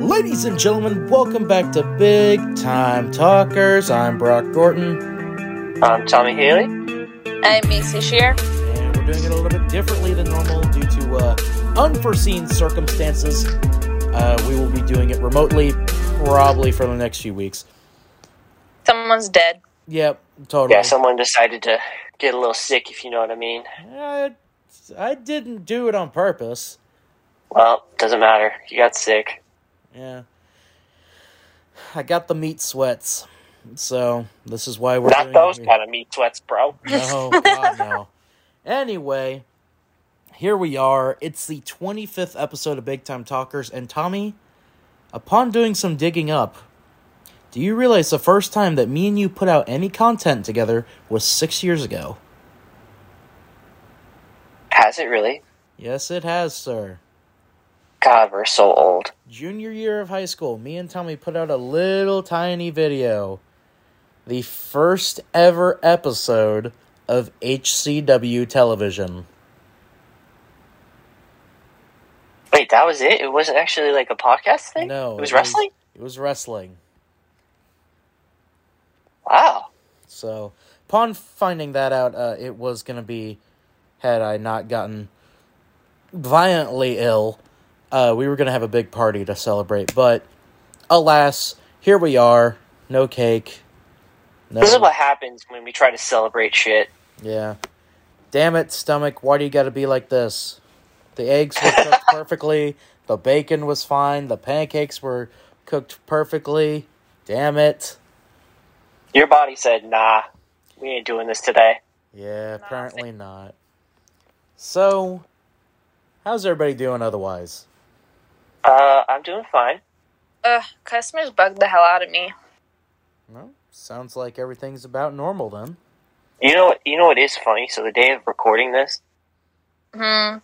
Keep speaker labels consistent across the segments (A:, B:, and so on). A: Ladies and gentlemen, welcome back to Big Time Talkers. I'm Brock Gorton,
B: I'm Um, Tommy Healy.
C: I'm Macy Shear.
A: and we're doing it a little bit differently than normal due to uh, unforeseen circumstances. Uh, we will be doing it remotely, probably for the next few weeks.
C: Someone's dead.
A: Yep, totally.
B: Yeah, someone decided to get a little sick, if you know what I mean.
A: I, I didn't do it on purpose.
B: Well, doesn't matter. You got sick.
A: Yeah. I got the meat sweats. So, this is why we're
B: Not
A: doing
B: those
A: it.
B: kind of meat sweats, bro.
A: No, Oh, God, no. Anyway, here we are. It's the 25th episode of Big Time Talkers. And Tommy, upon doing some digging up, do you realize the first time that me and you put out any content together was six years ago?
B: Has it really?
A: Yes, it has, sir.
B: God, we're so old.
A: Junior year of high school, me and Tommy put out a little tiny video. The first ever episode of HCW television.
B: Wait, that was it? It wasn't actually like a podcast thing?
A: No,
B: It was wrestling?
A: It was wrestling.
B: Wow.
A: So, upon finding that out, uh, it was going to be, had I not gotten violently ill, uh, we were going to have a big party to celebrate. But, alas, here we are. No cake. No.
B: This is what happens when we try to celebrate shit.
A: Yeah. Damn it, stomach. Why do you got to be like this? The eggs were cooked perfectly. The bacon was fine. The pancakes were cooked perfectly. Damn it.
B: Your body said, nah, we ain't doing this today.
A: Yeah, apparently not. So, how's everybody doing otherwise?
B: Uh, I'm doing fine.
C: Ugh, customers bug the hell out of me.
A: Well, sounds like everything's about normal then.
B: You know, you know what is funny? So the day of recording this,
C: Hmm.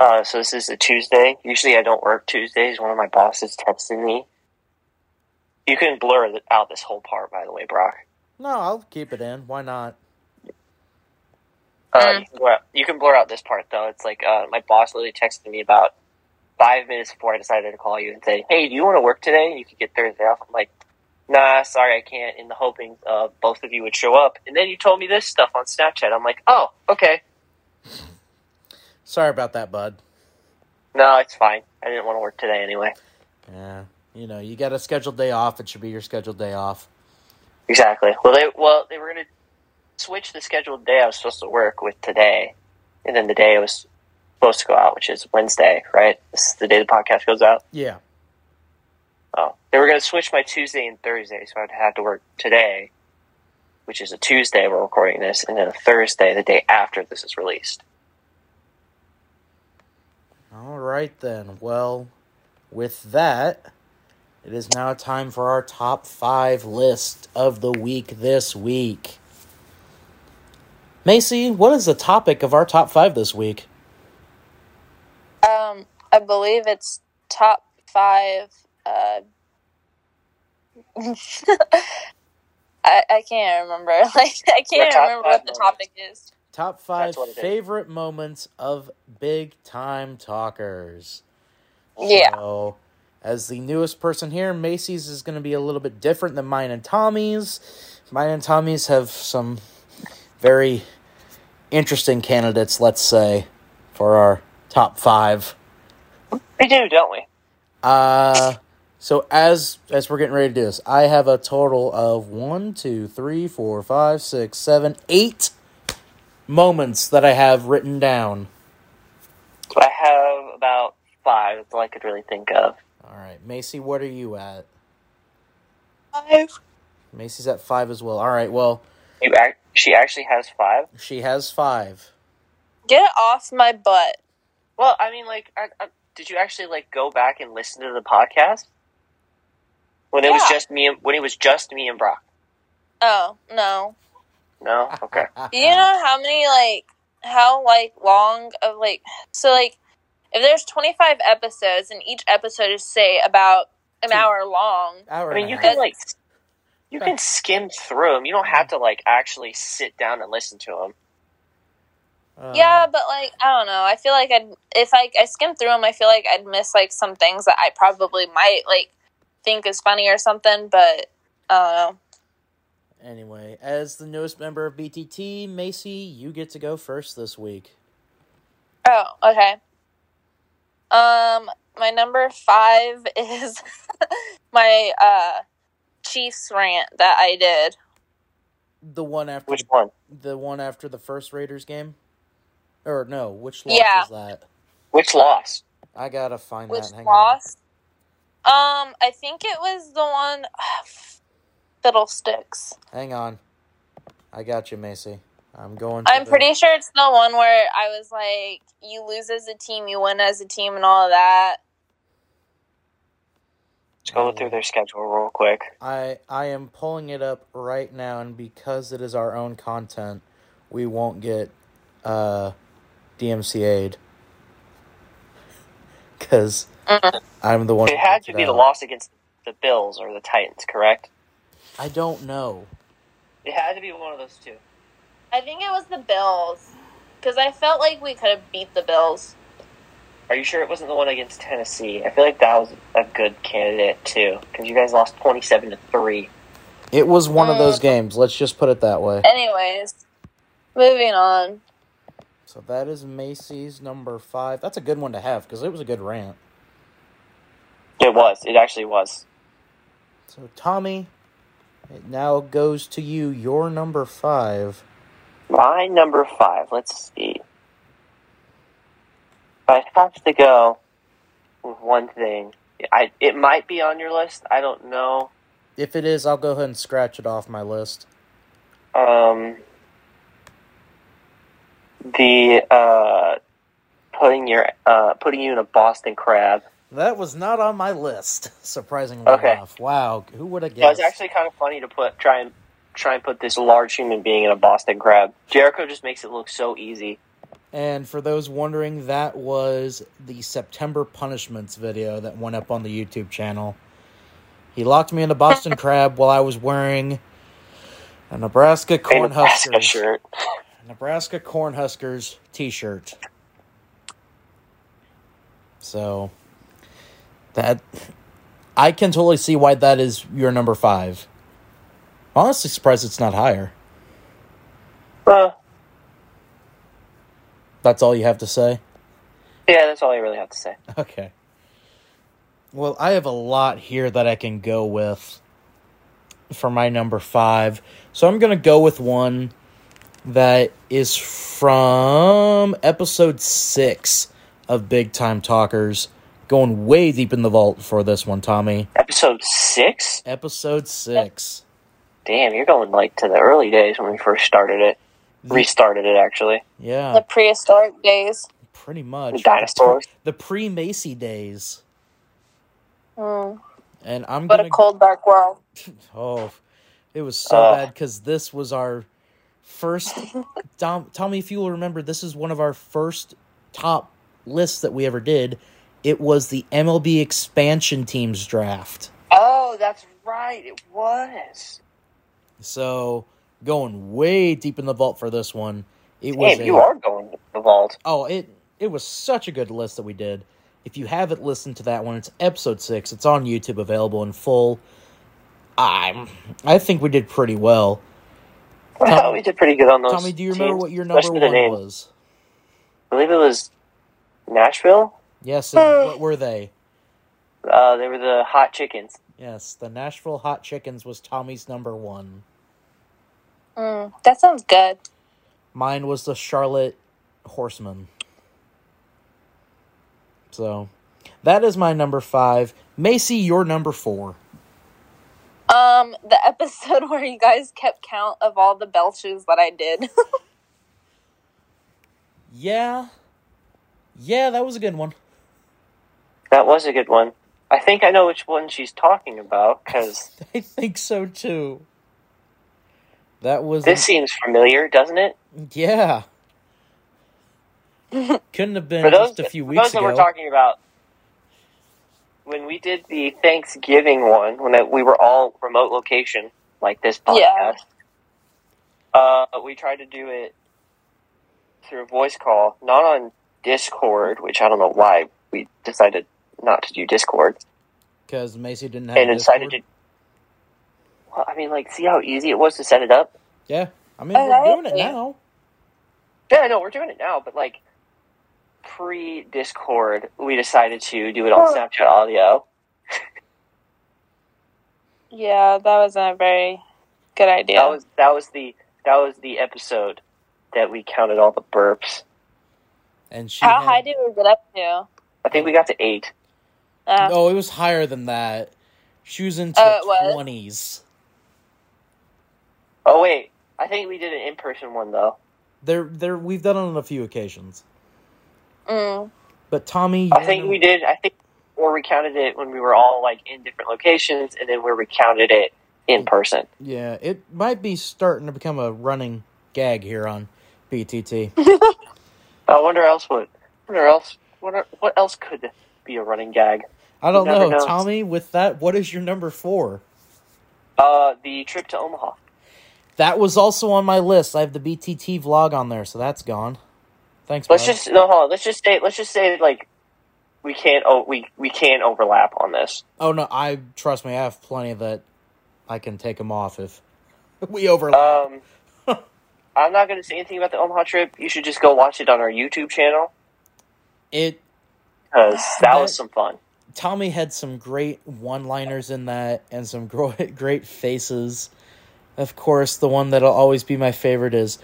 B: Uh, so this is a Tuesday. Usually I don't work Tuesdays. One of my bosses texted me. You can blur th- out this whole part, by the way, Brock.
A: No, I'll keep it in. Why not?
B: Uh,
C: Mm.
B: you, can blur out, you can blur out this part, though. It's like uh, my boss literally texted me about five minutes before I decided to call you and say, hey, do you want to work today? You could get Thursday off. I'm like, nah, sorry, I can't, in the hoping uh, both of you would show up. And then you told me this stuff on Snapchat. I'm like, oh, okay.
A: Sorry about that, bud.
B: No, it's fine. I didn't want to work today anyway.
A: Yeah. You know, you got a scheduled day off. It should be your scheduled day off.
B: Exactly. Well, they well they were gonna switch the scheduled day I was supposed to work with today, and then the day I was supposed to go out, which is Wednesday, right? This is the day the podcast goes out.
A: Yeah.
B: Oh, they were gonna switch my Tuesday and Thursday, so I'd have to work today, which is a Tuesday we're recording this, and then a Thursday the day after this is released.
A: All right then. Well, with that, it is now time for our top five list of the week this week. Macy, what is the topic of our top five this week?
C: Um, I believe it's top five. Uh, I I can't remember. Like I
B: Your
C: can't
B: top
C: remember what
B: five
C: the
B: moments.
C: topic is.
A: Top five
B: That's what it is.
A: favorite moments of big time talkers.
C: Yeah.
A: So, as the newest person here, Macy's is going to be a little bit different than mine and Tommy's. Mine and Tommy's have some very interesting candidates, let's say, for our top five.
B: We do, don't we?
A: Uh, so as as we're getting ready to do this, I have a total of one, two, three, four, five, six, seven, eight moments that I have written down.
B: I have about five that I could really think of.
A: All right, Macy, what are you at?
C: Five.
A: Macy's at five as well. All right, well,
B: You act, she actually has five.
A: she has five.
C: Get it off my butt.
B: Well, I mean, like, I, I, did you actually like go back and listen to the podcast when it was
C: Yeah.
B: just me? And, when it was just me and Brock?
C: Oh no.
B: No, okay.
A: Ah,
C: Do you know how many like how like long of like so like if there's 25 episodes and each episode is say about an
A: Two.
C: hour long
A: Hour and
B: I mean,
A: a
B: you
A: half.
B: can like s- you can skim through them. You don't have to like actually sit down and listen to them.
A: Uh,
C: yeah, but like I don't know. I feel like I'd if I I skim through them, I feel like I'd miss like some things that I probably might like think is funny or something. But I don't know.
A: Anyway, as the newest member of BTT, Macy, you get to go first this week.
C: Oh, okay. Um, my number five is my uh Chiefs rant that I did.
A: The one after
B: Which one?
A: the one after the first Raiders game, or no? Which loss
C: Yeah.
A: was that?
B: Which loss?
A: I gotta find
C: Which
A: that. Hang
C: loss? Um, I think it was the one Fiddlesticks.
A: on. Hang on. I got you, Macy. I'm going. To
C: I'm
A: the-
C: pretty sure it's the one where I was like, you lose as a team, you win as a team, and all of that.
B: Let's go through their schedule real quick.
A: I I am pulling it up right now, and because it is our own content, we won't get uh, DMCA'd. Because
C: Mhm.
A: I'm the one.
B: It
A: who
B: had
A: picked
B: to be the
A: out.
B: loss against the Bills or the Titans, correct?
A: I don't know.
B: It had to be one of those two.
C: I think it was the Bills because I felt like we could have beat the Bills.
B: Are you sure it wasn't the one against Tennessee? I feel like that was a good candidate too, because you guys lost twenty-seven to three.
A: It was one of those games. Let's just put it that way.
C: Anyways, moving on.
A: So that is Macy's number five. That's a good one to have because it was a good rant.
B: It was. It actually was.
A: So Tommy, it now goes to you. Your number five.
B: My number five. Let's see. If I have to go with one thing, I it might be on your list. I don't know.
A: If it is, I'll go ahead and scratch it off my list.
B: Um, the uh, putting your uh, putting you in a Boston crab.
A: That was not on my list, surprisingly
B: Okay.
A: enough. Wow, who would have
B: Yeah, it's
A: guessed?
B: actually kind of funny to put try and try and put this large human being in a Boston crab. Jericho just makes it look so easy.
A: and for those wondering, that was the September punishments video that went up on the YouTube channel. He locked me in a Boston crab while I was wearing a Nebraska
B: In
A: Cornhuskers
B: a Nebraska shirt.
A: Nebraska Cornhuskers T-shirt. So that I can totally see why that is your number five. Honestly, surprised it's not higher.
B: Uh,
A: That's all you have to say.
B: yeah, that's all I really have to say.
A: Okay. Well, I have a lot here that I can go with for my number five. So I'm going to go with one that is from episode six of Big Time Talkers. Going way deep in the vault for this one, Tommy.
B: Episode six.
A: Episode six.
B: Damn, you're going like to the early days when we first started it. Restarted it actually.
A: Yeah,
C: The prehistoric days.
A: pretty much.
B: The dinosaurs.
A: The pre Macy days.
C: Mm,
A: And I'm
C: what
A: gonna
C: a cold, dark world.
A: Oh, it was so
B: Uh.
A: bad because this was our first. Dom, tell me if you will remember. This is one of our first top lists that we ever did. It was the MLB expansion teams draft.
B: Oh, that's right. It was.
A: So going way deep in the vault for this one. It was
B: Damn,
A: a-
B: you are going to the vault.
A: Oh, it it was such a good list that we did. If you haven't listened to that one, it's episode six. It's on YouTube, available in full. I'm. I think we did pretty well.
B: I thought we did pretty good on those.
A: Tommy, do you remember
B: teams,
A: what your number
B: especially
A: one
B: the names.
A: was?
B: I believe it was Nashville.
A: Yes,
B: Ah.
A: and what were they?
B: Uh, they were the hot chickens.
A: Yes, the Nashville Hot Chickens was Tommy's number one.
C: Mm, that sounds good.
A: Mine was the Charlotte Horsemen. So, that is my number five. Macy, your number four.
C: Um, the episode where you guys kept count of all the belches that I did.
A: Yeah. Yeah, that was a good one.
B: That was a good one. I think I know which one she's talking about because
A: I think so too. That was
B: this seems familiar, doesn't it?
A: yeah. Couldn't have been
B: For those,
A: just a few
B: for
A: weeks
B: those that
A: ago.
B: we're talking about, when we did the Thanksgiving one, when it, we were all remote location, like this podcast,
C: Yeah.
B: uh, we tried to do it through a voice call, not on Discord, which I don't know why we decided not to do Discord,
A: because Macy didn't have.
B: and
A: Discord.
B: decided to. Well, I mean, like, see how easy it was to set it up.
A: Yeah, I mean
C: I
A: we're
C: like
A: doing it
C: it.
A: now.
B: Yeah, no, we're doing it now, but like pre Discord, we decided to do it on
C: Oh.
B: Snapchat audio.
C: Yeah, that wasn't a very good idea.
B: That was that was the that was the episode that we counted all the burps.
A: And she.
C: How
A: had-
C: high did we get up to?
B: I think we got to eight.
C: Uh,
A: Oh, it was higher than that. She was into
C: Oh, it was?
A: twenties.
B: Oh wait, I think we did an in person one though.
A: There, there. We've done it on a few occasions,
C: mm,
A: but Tommy.
B: I think we did. I think or we counted it when we were all like in different locations, and then we recounted it in person.
A: Yeah, it might be starting to become a running gag here on BTT.
B: I wonder else what. Wonder else. What what else could be a running gag?
A: I don't
B: You never
A: know,
B: know.
A: Tommy. With that, what is your number four?
B: Uh, the trip to Omaha.
A: That was also on my list. I have the BTT vlog on there, so that's gone. Thanks.
B: Let's
A: bud.
B: just no hold on. Let's just say let's just say like we can't oh we we can't overlap on this.
A: Oh no, I trust me. I have plenty that I can take them off if we overlap.
B: Um, I'm not going to say anything about the Omaha trip. You should just go watch it on our YouTube channel
A: it
B: because that was some fun.
A: Tommy had some great one-liners in that, and some gro- great faces. Of course, the one that'll always be my favorite is,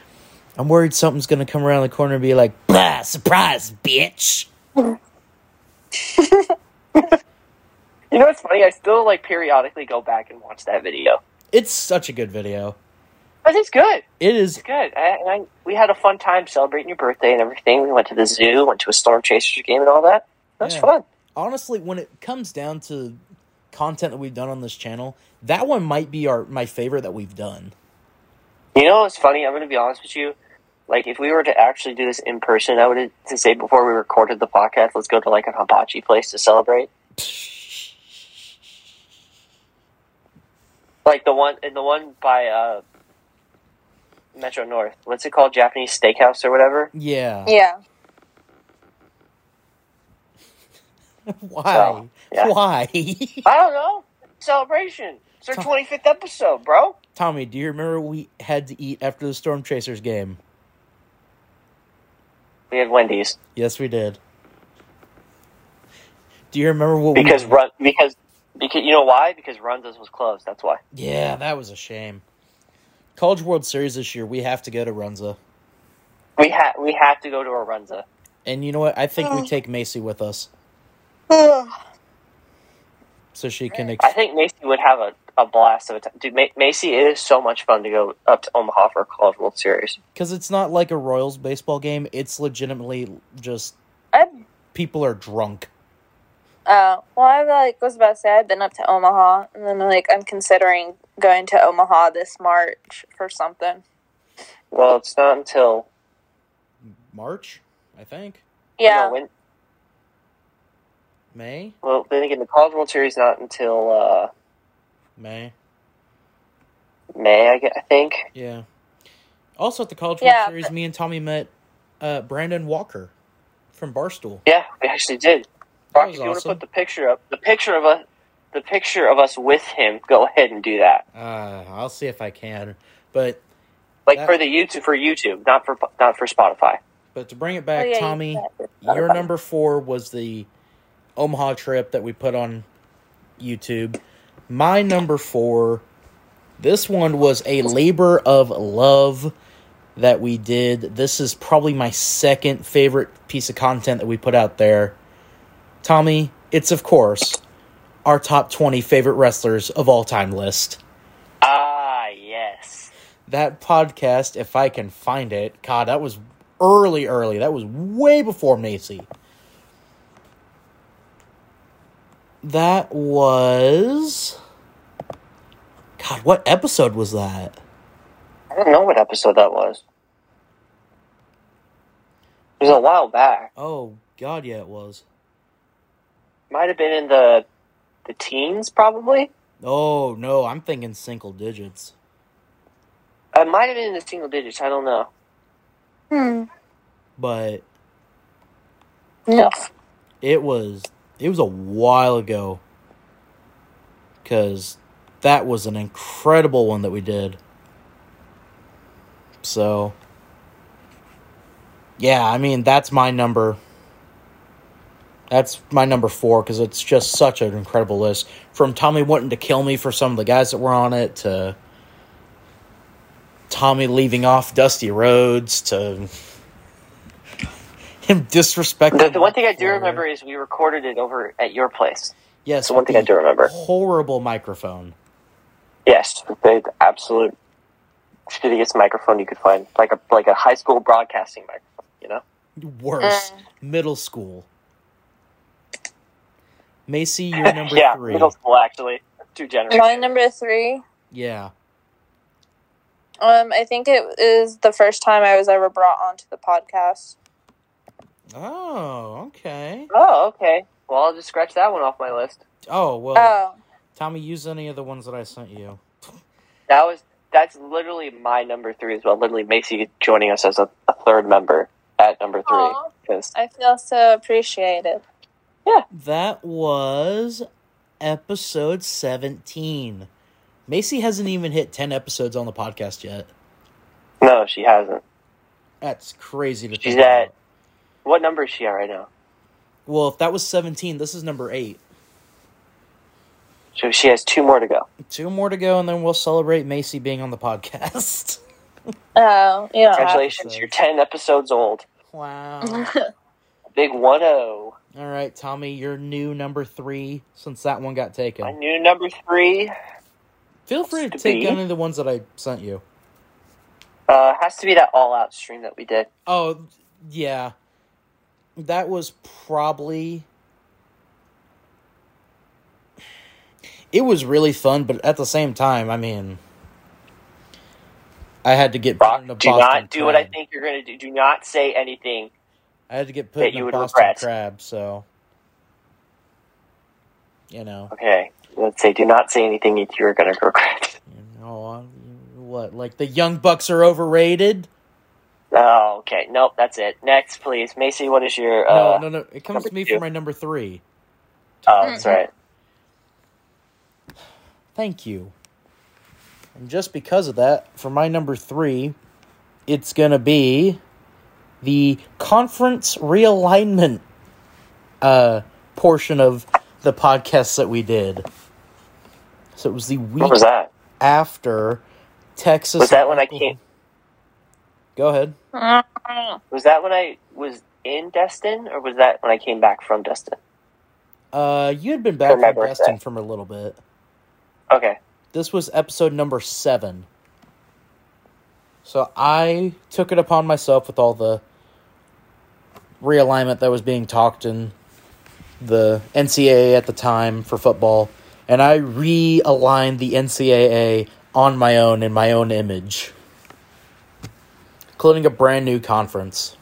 A: "I'm worried something's gonna come around the corner and be like, blah, surprise, bitch."
B: You know what's funny? I still like periodically go back and watch that video.
A: It's such a good video.
B: But it's good.
A: It is.
B: It's good. I, and I, we had a fun time celebrating your birthday and everything. We went to the zoo, went to a storm chasers game, and all that. That was
A: Yeah.
B: fun.
A: honestly when it comes down to content that we've done on this channel that one might be our my favorite that we've done
B: You know what's funny? I'm going to be honest with you. Like, if we were to actually do this in person, I would to say before we recorded the podcast, let's go to like a hibachi place to celebrate. Like the one and the one by uh, Metro North. What's it called? Japanese Steakhouse or whatever.
A: yeah
C: yeah.
A: why
B: Yeah.
A: why
B: I don't know. Celebration. It's our
A: Tom-
B: 25th episode, bro.
A: tommy do you remember we had to eat after the storm chasers game
B: We had Wendy's
A: yes we did do you remember what
B: because
A: we
B: run because because you know why? Because Runza's was closed. That's why.
A: yeah that was a shame college world series this year we have to go to runza
B: We had we have to go to a Runza.
A: and you know what i think we take macy with us so she can ex-
B: I think Macy would have a, a blast of a time. Dude, Ma- Macy it is so much fun to go up to Omaha for a College World Series.
A: because it's not like a Royals baseball game. It's legitimately just
C: I
A: people are drunk.
C: uh, well, I like was about to say I've been up to Omaha, and then like I'm considering going to Omaha this March for something.
B: Well, it's not until
A: March, I think.
C: Yeah,
B: no, when,
A: May,
B: well, then again, the College World Series not until uh,
A: May,
B: May, I, gue- I think.
A: yeah. Also at the College
C: Yeah,
A: World Series,
C: but-
A: me and Tommy met uh, Brandon Walker from Barstool.
B: Yeah, we actually did.
A: That
B: Rock,
A: was
B: if you want to
A: awesome.
B: put the picture up, the picture of us, the picture of us with him, go ahead and do that.
A: Uh, I'll see if I can, but
B: Like
A: That-
B: for the YouTube, for YouTube, not for not for Spotify.
A: but to bring it
C: Oh,
A: back,
C: yeah, you
A: Tommy,
C: said.
A: your number four was the Omaha trip that we put on YouTube. My number four, this one was a labor of love that we did. This is probably my second favorite piece of content that we put out there. Tommy, it's of course our top 20 favorite wrestlers of all time list.
B: Ah, yes.
A: That podcast, if I can find it, God, that was early, early. That was way before Macy. That was. God, what episode was that?
B: I don't know what episode that was. It was a while back.
A: Oh, God, yeah, it was.
B: Might have been in the the teens, probably.
A: Oh, no, I'm thinking single digits.
B: It might have been in the single digits. I don't know.
C: Hmm.
A: but
C: No.
A: it was it was a while ago because that was an incredible one that we did so yeah i mean that's my number that's my number four because it's just such an incredible list from tommy wanting to kill me for some of the guys that were on it to tommy leaving off dusty roads to him disrespecting
B: The, the one thing I do
A: Flair.
B: remember is we recorded it over at your place.
A: Yes,
B: That's the one
A: with
B: thing I
A: the
B: do remember.
A: Horrible microphone.
B: Yes, the the absolute shittiest microphone you could find, like a like a high school broadcasting microphone. You know,
A: Worse. Middle school. Macy, you're number
B: yeah,
A: three.
B: middle school actually. Too generous.
C: My number three.
A: Yeah.
C: Um, I think it is the first time I was ever brought onto the podcast.
A: Oh, okay.
B: Oh, okay. Well, I'll just scratch that one off my list.
A: Oh well.
C: Oh,
A: Tommy, use any of the ones that I sent you.
B: That was that's literally my number three as well. Literally, Macy joining us as a, a third member at number three.
C: Aw.
B: 'Cause-
C: Oh. I feel so appreciated.
A: That was episode seventeen. Macy hasn't even hit ten episodes on the podcast yet.
B: no, she hasn't.
A: That's crazy to
B: She's
A: think about.
B: at- What number is she at right now?
A: Well, if that was seventeen, this is number eight.
B: So she has two more to go.
A: Two more to go, and then we'll celebrate Macy being on the podcast.
C: Oh, you know.
B: Congratulations,
A: episodes.
B: you're ten episodes old.
A: Wow.
B: Big one zero.
A: All right, Tommy, your new number three since that one got
B: My
A: taken.
B: new number three
A: Feel free to
B: to
A: take
B: be.
A: any of the ones that I sent you.
B: uh, has to be that all out stream that we did.
A: Oh, yeah. That was probably. It was really fun, but at the same time, I mean, I had to get put
B: Brock,
A: in a
B: do
A: Boston
B: not do what I
A: crab.
B: think you're going to do. Do not say anything.
A: I had to get
B: that
A: put in
B: you
A: a
B: would
A: Boston
B: regret.
A: crab, so you know.
B: Okay, let's say do not say anything that you're going to regret.
A: You know, uh, what? Like the Young Bucks are overrated?
B: Oh, okay. Nope, that's it. Next, please, Macy. What is your? uh,
A: no, no, no. It comes
B: number
A: to me
B: two.
A: for my number three.
B: Oh, that's right.
A: Thank you. And just because of that, for my number three, it's gonna be the conference realignment uh, portion of the podcast that we did. So it was the week
B: What was that?
A: after Texas.
B: Was that when I
A: Oklahoma-
B: came-
A: Go ahead.
B: Was that when I was in Destin, or was that when I came back from Destin?
A: Uh, you had been back
B: For my
A: from Destin
B: birthday.
A: from a little bit.
B: Okay.
A: This was episode number seven. So I took it upon myself with all the realignment that was being talked in the NCAA at the time for football, and I realigned the NCAA on my own in my own image, including a brand new conference.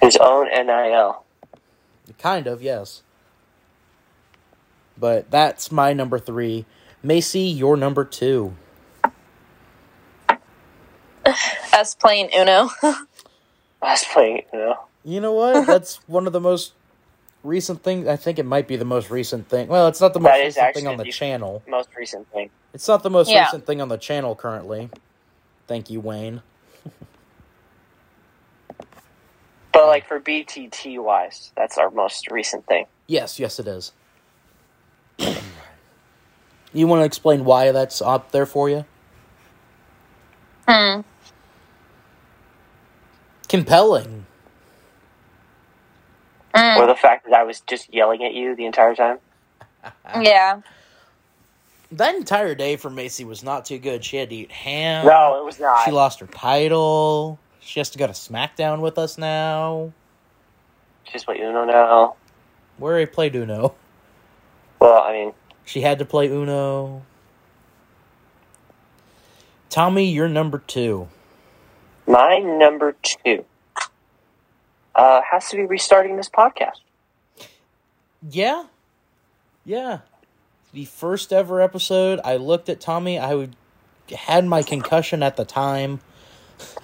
B: His own NIL.
A: Kind of, yes. But that's my number three. Macy, your number two.
C: Us playing Uno.
B: I was playing, you know.
A: You know what? That's one of the most recent things. I think it might be the most recent thing. Well, it's not the most
B: That is
A: recent thing
B: actually
A: on the
B: the-
A: channel.
B: Most recent thing.
A: It's not the most
C: Yeah.
A: recent thing on the channel currently. Thank you, Wayne.
B: But like for BTT wise, that's our most recent thing.
A: Yes, yes, it is. you want to explain why that's up there for you?
C: Hmm.
A: Compelling.
C: Mm,
B: Or the fact that I was just yelling at you the entire time.
C: yeah.
A: That entire day for Macy was not too good. She had to eat ham.
B: No, it was
A: She
B: not.
A: lost her title. She has to go to SmackDown with us now.
B: Just what you know now.
A: We already played Uno.
B: Well, I mean,
A: She had to play Uno. Tommy, you're number two.
B: my number two uh, has to be restarting this podcast.
A: Yeah? Yeah. The first ever episode, I looked at Tommy. I would, had my concussion at the time.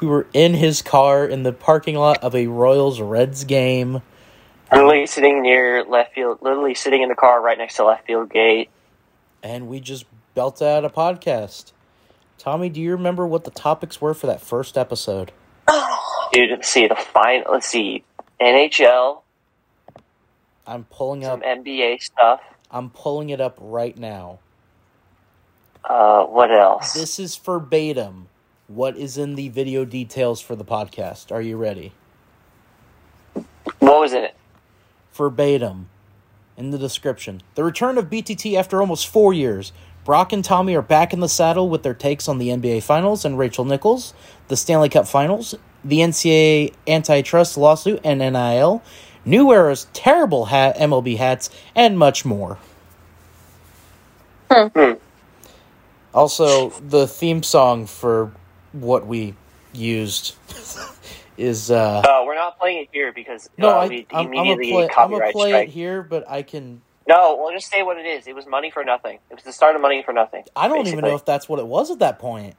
A: We were in his car in the parking lot of a Royals Reds game.
B: Literally sitting near left field, literally sitting in the car right next to left field gate.
A: and we just belted out a podcast. Tommy, do you remember what the topics were for that first episode?
B: Dude, let's see the final. Let's see NHL,
A: I'm pulling
B: some
A: up.
B: NBA stuff.
A: I'm pulling it up right now.
B: Uh, what else?
A: This is verbatim. What is in the video details for the podcast? Are you ready?
B: what was in it?
A: Verbatim. In the description, the return of BTT after almost four years. Brock and Tommy are back in the saddle with their takes on the NBA Finals and Rachel Nichols, the Stanley Cup Finals, the NCAA antitrust lawsuit and NIL, New Era's terrible hat, MLB hats, and much more. Also, the theme song for what we used is uh,
B: Uh, we're not playing it here because
A: no,
B: uh,
A: I,
B: we
A: I'm, I'm gonna
B: immediately
A: play,
B: get
A: I'm gonna
B: copyright
A: play it
B: strike.
A: here, but I can.
B: No, we'll just say what it is. It was money for nothing. It was the start of money for nothing.
A: I don't even know
B: basically.
A: if that's what it was at that point.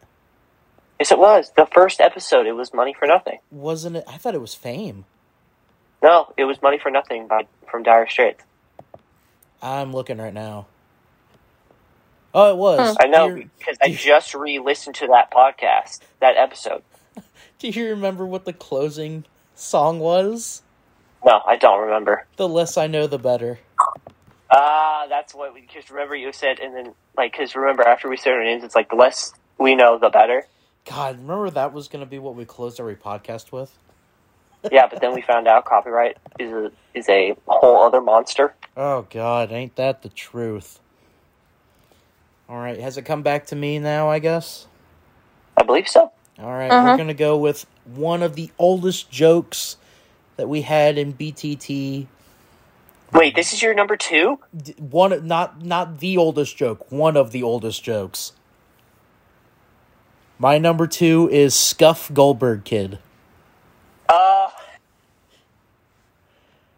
B: Yes, it was the first episode. It was money for nothing.
A: Wasn't it? I thought it was Fame.
B: No, it was money for nothing by from Dire Straits.
A: I'm looking right now. Oh, it was.
B: I know
A: Do you,
B: because I just re-listened to that podcast, that episode.
A: do you remember what the closing song was?
B: No, I don't remember.
A: The less I know, the better.
B: Ah, that's what we just remember you said, and then like because remember after we said our names, it's like the less we know, the better.
A: God, remember that was going to be what we closed every podcast with.
B: yeah, but then we found out copyright is a, is a whole other monster.
A: Oh God, ain't that the truth? All right, has it come back to me now? I guess.
B: I believe so.
A: All right,
B: Uh-huh.
A: we're gonna go with one of the oldest jokes that we had in BTT.
B: Wait, this is your number two?
A: D- One, not not the oldest joke. One of the oldest jokes. My number two is Scuff Goldberg Kid.
B: Uh,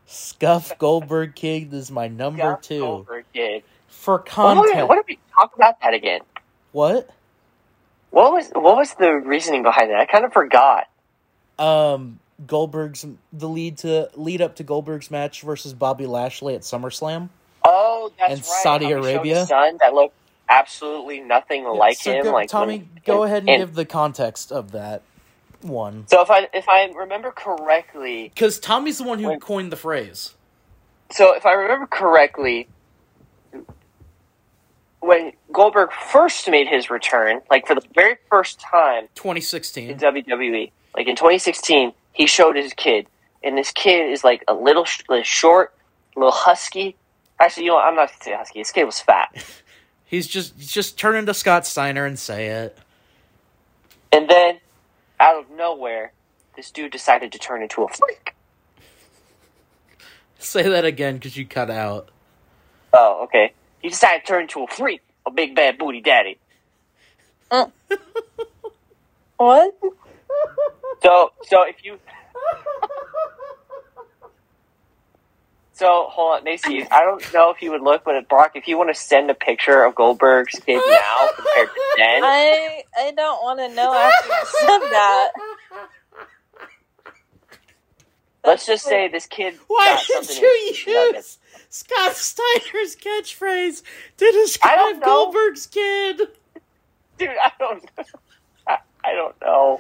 A: Scuff Goldberg Kid is my number
B: yeah,
A: two.
B: Goldberg Oh, did.
A: For
B: What,
A: content,
B: what did we talk about that again?
A: what?
B: What was what was the reasoning behind that? I kind of forgot.
A: um Goldberg's the lead to lead up to Goldberg's match versus Bobby Lashley at SummerSlam.
B: Oh, that's
A: And
B: right.
A: Saudi
B: how we showed
A: Arabia?
B: his son that looked absolutely nothing like
A: So
B: him.
A: go-
B: like
A: Tommy,
B: when-
A: go ahead and,
B: and-
A: give the context of that one.
B: So if I if I remember correctly,
A: Because Tommy's the one who
B: When-
A: coined the phrase.
B: so if I remember correctly, when Goldberg first made his return, like for the very first time,
A: Twenty sixteen.
B: in WWE. Like in 2016, he showed his kid, and this kid is like a little, sh- little short, little husky. Actually, you know, what? I'm not gonna say husky. This kid was fat.
A: He's just he's just turn into Scott Steiner and say it.
B: And then, out of nowhere, this dude decided to turn into a freak.
A: Say that again because you cut out.
B: Oh, okay. He decided to turn into a freak, a big bad booty daddy.
C: What?
B: So, so if you. So hold on, Macy. I don't know if you would look, but Brock, if you want to send a picture of Goldberg's kid now compared to then,
C: I I don't want to know after you said that.
B: Let's just say this kid.
A: Why
B: got
A: did
B: something
A: you
B: in his nuggets.
A: use Scott Steiner's catchphrase to
B: I
A: describe
B: don't know.
A: Goldberg's kid?
B: Dude, I don't. Know. I, I don't know.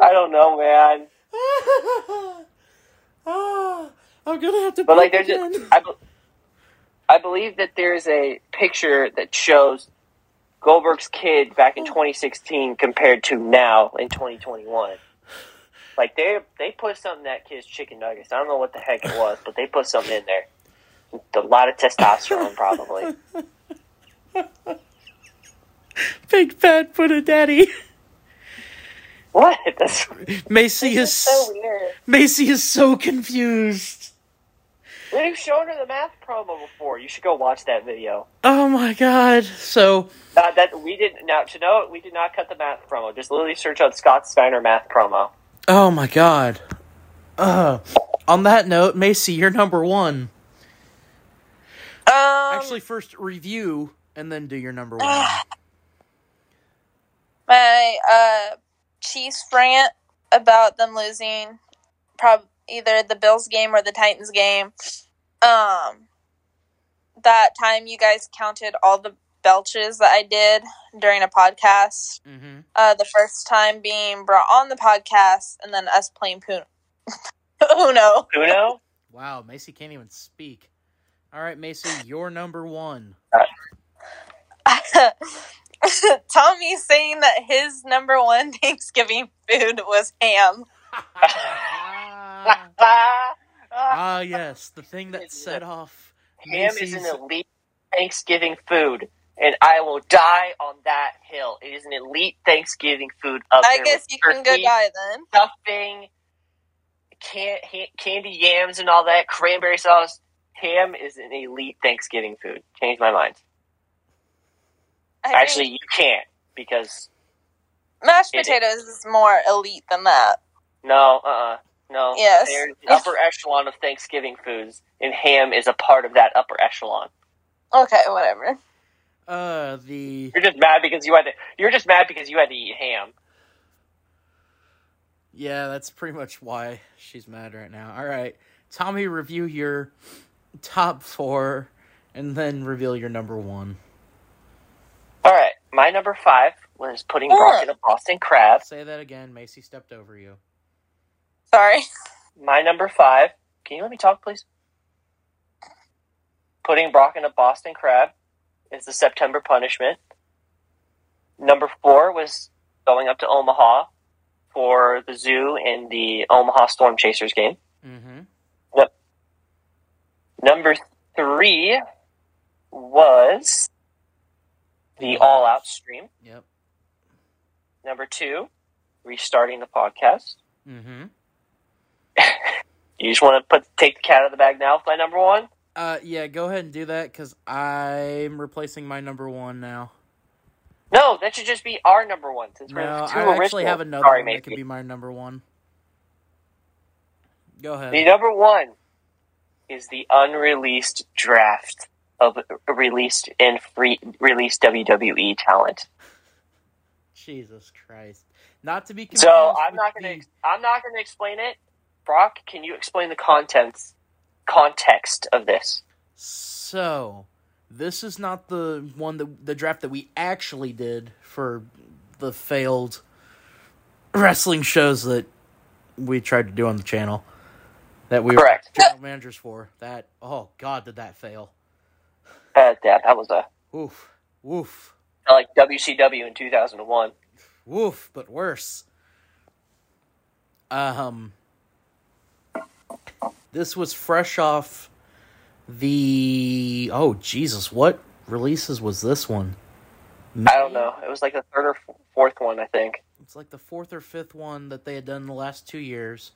B: I don't know, man.
A: Ah, I'm gonna have to.
B: But like,
A: poop
B: there's a.
A: again.
B: I, be- I believe that there's a picture that shows Goldberg's kid back in 2016 compared to now in 2021. Like they they put something in that kid's chicken nuggets. I don't know what the heck it was, but they put something in there. A lot of testosterone, probably.
A: big fat Buddha daddy.
B: What? That's
A: Macy is
C: So weird.
A: Macy is so confused.
B: We've shown her the math promo before. You should go watch that video.
A: Oh my god! So
B: Uh, that we did now to note we did not cut the math promo. Just literally search out Scott Steiner math promo.
A: oh my god. Uh, on that note, Macy, you're number one.
C: Um,
A: Actually, first review and then do your number one.
C: my uh, Chiefs rant about them losing prob either the Bills game or the Titans game. Um, that time you guys counted all the belches that I did during a podcast.
A: Mm-hmm.
C: Uh, the first time being brought on the podcast, and then us playing Puno. Uno.
B: Uno?
A: Wow, Macy can't even speak. All right, Macy, you're number one.
C: Tommy saying that his number one Thanksgiving food was ham.
A: ah,
B: Ah, ah.
A: yes, the thing that set off
B: ham is
A: Macy's
B: an elite Thanksgiving food, and I will die on that hill. It is an elite Thanksgiving food. Up
C: I
B: there
C: guess
B: with
C: you can go
B: turkey,
C: die then.
B: stuffing, can, ha- candy yams and all that, cranberry sauce. Ham is an elite Thanksgiving food. Change my mind.
C: I think
B: Actually, you can't because
C: mashed
B: it is.
C: potatoes is more elite than that.
B: no, uh, uh no.
C: Yes.
B: There's an upper echelon of Thanksgiving foods, and ham is a part of that upper echelon.
C: Okay, whatever.
A: uh the
B: You're just mad because you had to. You're just mad because you had to eat ham.
A: yeah, that's pretty much why she's mad right now. All right, Tommy, review your top four, and then reveal your number one.
B: All right, my number five was putting
C: Yeah.
B: broth in a Boston crab.
A: Say that again. Macy stepped over you.
C: Sorry.
B: My number five. Can you let me talk, please? Putting Brock in a Boston crab is the September punishment. Number four was going up to Omaha for the zoo and the Omaha Storm Chasers game.
A: Mm-hmm.
B: Number three was the all out stream.
A: Yep.
B: Number two, restarting the podcast.
A: Mm-hmm.
B: You just want to put take the cat out of the bag now with my number one?
A: Uh, yeah, go ahead and do that because I'm replacing my number one now.
B: No, that should just be our number one since
A: No,
B: we're
A: I
B: two
A: actually
B: original.
A: have another
B: Sorry,
A: one that could
B: Macy.
A: be my number one. Go ahead.
B: The number one is the unreleased draft of released and free released WWE talent.
A: Jesus Christ! Not to be confused.
B: So I'm not
A: with
B: gonna
A: the-
B: I'm not gonna explain it. Brock, can you explain the contents context of this?
A: So this is not the one that the draft that we actually did for the failed wrestling shows that we tried to do on the channel. That we
B: Correct.
A: were general managers for. That oh god, did that fail?
B: Uh, yeah, that was a
A: Oof, woof,
B: like WCW in 2001.
A: woof, but worse. Um, this was fresh off the oh Jesus, what releases was this one?
B: I don't know. It was like the third or f- fourth one, I think.
A: It's like the fourth or fifth one that they had done the last two years.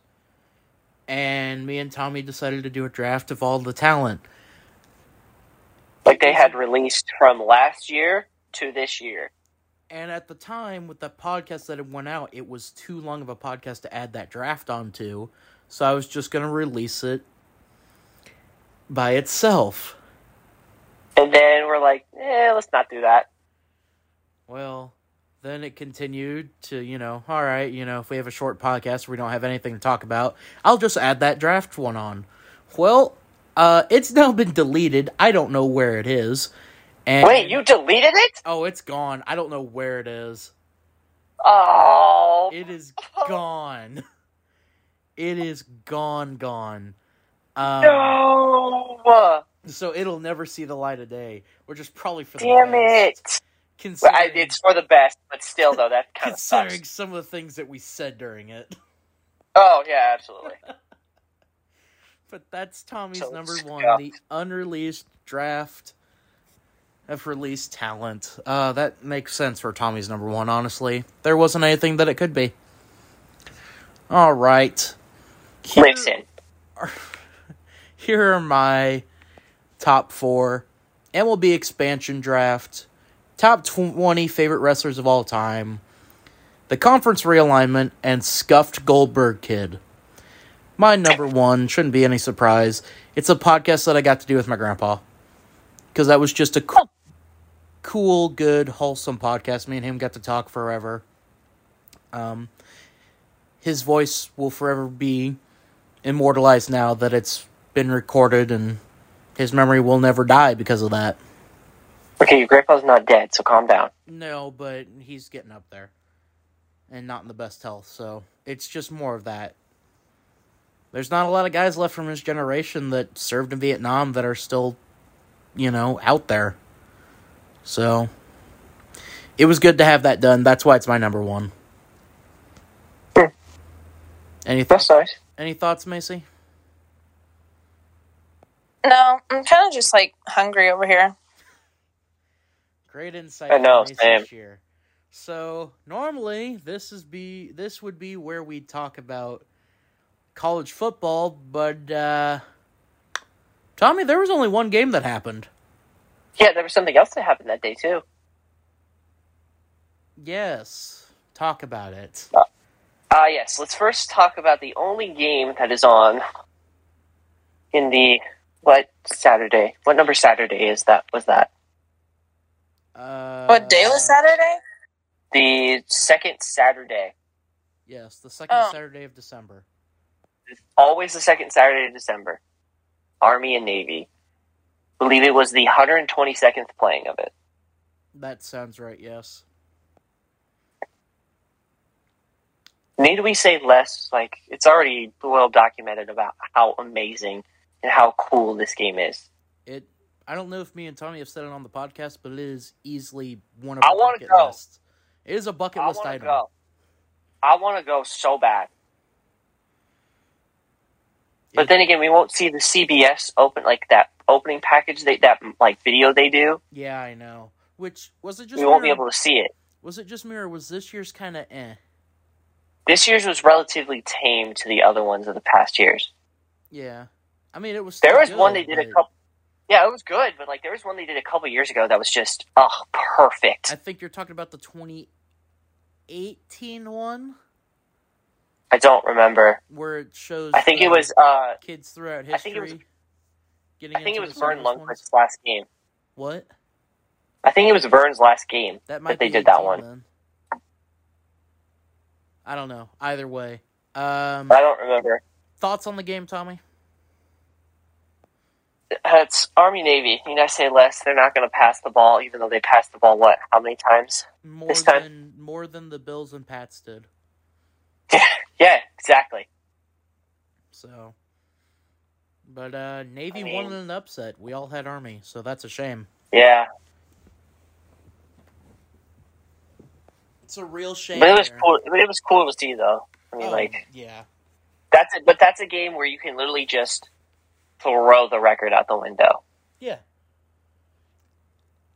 A: And me and Tommy decided to do a draft of all the talent.
B: Like they had released from last year to this year.
A: And at the time, with the podcast that had went out, it was too long of a podcast to add that draft onto. So I was just going to release it by itself.
B: And then we're like, eh, let's not do that.
A: Well, then it continued to, you know, all right, you know, if we have a short podcast, we don't have anything to talk about, I'll just add that draft one on. Well, uh, it's now been deleted. I don't know where it is. And
B: Wait, you deleted it?
A: Oh, it's gone. I don't know where it is.
B: Oh,
A: It is gone. It is gone, gone. Um,
B: no.
A: So it'll never see the light of day, which is probably for the
B: Damn
A: best.
B: it. Well,
A: Considering,
B: I, it's for the best, but still, though, that kind of
A: considering
B: sucks.
A: some of the things that we said during it.
B: Oh, yeah, absolutely.
A: But that's Tommy's
B: So
A: number
B: it's
A: one,
B: stuffed.
A: the unreleased draft of released talent. Uh, that makes sense for Tommy's number one, honestly. There wasn't anything that it could be. All right. Here-
B: Listen,
A: Here are my top four MLB expansion draft, top 20 favorite wrestlers of all time, the conference realignment, and scuffed Goldberg Kid. My number one shouldn't be any surprise. It's a podcast that I got to do with my grandpa because that was just a co- cool, good, wholesome podcast. Me and him got to talk forever. Um, his voice will forever be immortalized now that it's been recorded, and his memory will never die because of that.
B: Okay, your grandpa's not dead, so calm down.
A: No, but he's getting up there, and not in the best health. So it's just more of that. There's not a lot of guys left from his generation that served in Vietnam that are still, you know, out there. So it was good to have that done. That's why it's my number one.
B: Hmm.
A: Any th-
B: That's nice.
A: any thoughts, Macy?
C: No, I'm kind of just like hungry over here.
A: Great insight.
B: I know,
A: from Macy
B: same.
A: Shear. So normally this is be this would be where we talk about college football, but uh, Tommy, there was only one game that happened.
B: Yeah, there was something else that happened that day too.
A: Yes, talk about it.
B: Ah, yes. Let's first talk about the only game that is on in the what Saturday? What number Saturday is that? Was that
A: Uh,
C: What day was Saturday?
B: the second Saturday?
A: Yes, the second
C: Oh.
A: Saturday of December.
B: Always the second Saturday of December. Army and Navy. believe it was the 122nd playing of it.
A: That sounds right. Yes.
B: Need we say less? Like it's already well documented about how amazing and how cool this game is.
A: It. I don't know if me and Tommy have said it on the podcast, but it is easily one of
B: I
A: our
B: wanna
A: bucket
B: go.
A: lists. It is a bucket
B: I
A: list
B: wanna
A: item.
B: go. I want to go so bad. But
A: It-
B: then again, we won't see the CBS open like that opening package they, that like video they do.
A: Yeah, I know. Which was it just?
B: we won't be
A: me or-
B: able to see it.
A: Was it just me or was this year's kind of eh?
B: This year's was relatively tame to the other ones of the past years.
A: Yeah. I mean, it was.
B: There
A: still
B: was one they
A: good,
B: did a
A: but
B: couple. Yeah, it was good, but like there was one they did a couple years ago that was just oh perfect.
A: I think you're talking about the 2018 one
B: I don't remember.
A: where it shows.
B: I think it
A: uh,
B: was uh
A: kids throughout history.
B: I think it was-
A: getting
B: I think it
A: into
B: was
A: the
B: Vern
A: serious ones.
B: Lundquist's last game.
A: What?
B: I think it was Vern's last game.
A: That might
B: they
A: be
B: did that
A: 18
B: one.
A: Then. I don't know. Either way, um,
B: I don't remember.
A: thoughts on the game, Tommy?
B: It's Army Navy. Need I say less? They're not going to pass the ball, even though they passed the ball what? How many times?
A: More
B: This time-
A: than more than the Bills and Pats did.
B: Yeah, exactly.
A: So, but uh, Navy
B: I mean-
A: won in an upset. We all had Army, so that's a shame.
B: Yeah,
A: It's a real shame. Oh,
B: but it was cool. but It was cool to see, though. I mean, like
A: yeah,
B: that's it. But that's a game where you can literally just throw the record out the window,
A: yeah.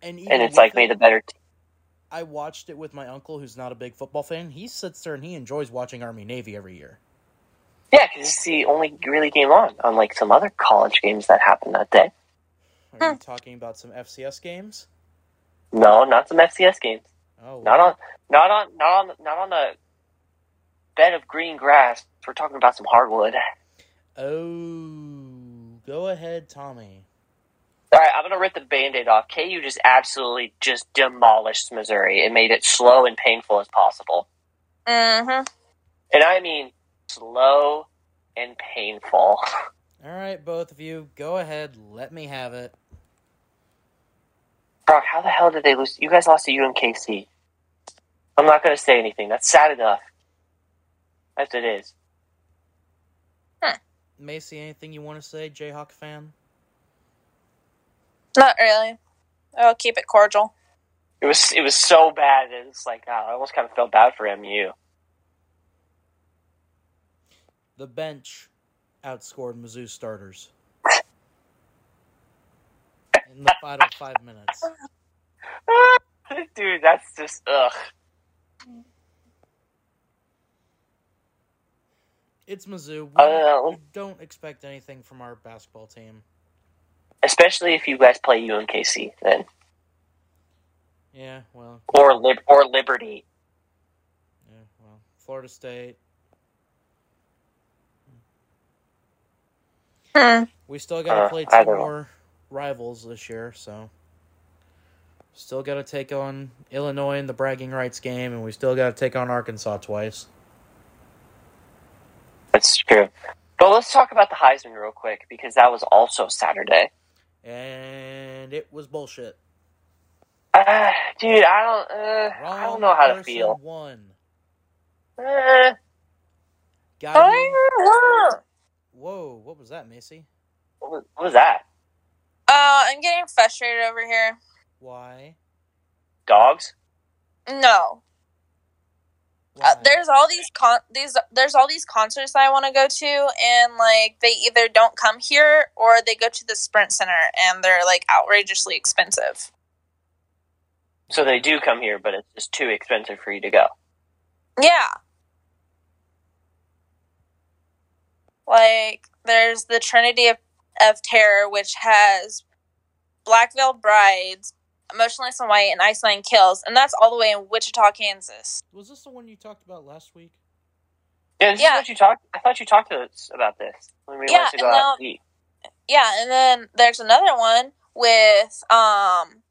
A: And, even
B: and it's like
A: with
B: made
A: it,
B: the better. Team.
A: I watched it with my uncle, who's not a big football fan. He sits there and he enjoys watching Army Navy every year.
B: Yeah, because it's the only really game on, unlike some other college games that happened that day.
A: Are you talking about some FCS games?
B: No, not some FCS games.
A: Oh,
B: Not on, not on, not on, not on a bed of green grass. We're talking about some hardwood.
A: oh, go ahead, Tommy.
B: All right, I'm gonna rip the band-aid off. KU just absolutely just demolished Missouri. It made it slow and painful as possible.
C: Mm-hmm.
B: And I mean slow and painful.
A: All right, both of you, go ahead. Let me have it.
B: Brock, how the hell did they lose? You guys lost to UMKC. I'm not going to say anything. That's sad enough. As it is.
A: Macy, anything you want to say, Jayhawk fan?
C: Not really. I'll keep it cordial.
B: It was it was so bad. that It's like God, I almost kind of felt bad for MU.
A: The bench outscored Mizzou starters in the final five minutes.
B: Dude, that's just ugh.
A: It's Mizzou. We,
B: Uh,
A: we don't expect anything from our basketball team.
B: Especially if you guys play UMKC then,
A: Yeah, well,
B: or Lib- or Liberty.
A: yeah, well, Florida State.
C: Hmm.
A: We still got to
B: Uh,
A: play two
B: I
C: Hmm.
B: Uh, don't know.
A: more rivals this year, so Still got to take on Illinois in the bragging rights game, and we still got to take on Arkansas twice.
B: That's true. But let's talk about the Heisman real quick because that was also Saturday.
A: And it was bullshit.
B: Uh, dude, I don't. Uh, I don't know how to
A: person
B: feel.
A: Won.
B: Eh,
A: Got him.
C: Oh,
A: Whoa, what was that, Macy?
B: what, was, what was that?
C: Uh, I'm getting frustrated over here.
A: Why?
B: Dogs?
C: No,
A: Why?
C: Uh, there's all these con these there's all these concerts that I want to go to, and like they either don't come here or they go to the Sprint Center, and they're like outrageously expensive.
B: So they do come here, but it's just too expensive for you to go.
C: Yeah. Like there's the Trinity of, of Terror, which has Black Veil Brides, Motionless in White, and Iceland Kills, and that's all the way in Wichita, Kansas.
A: was this the one you talked about last week?
B: Yeah, this is
C: Yeah.
B: what you talked. I thought you talked to us about this when we
C: Yeah,
B: went to go
C: and
B: out
C: now-
B: to eat.
C: Yeah, and then there's another one with um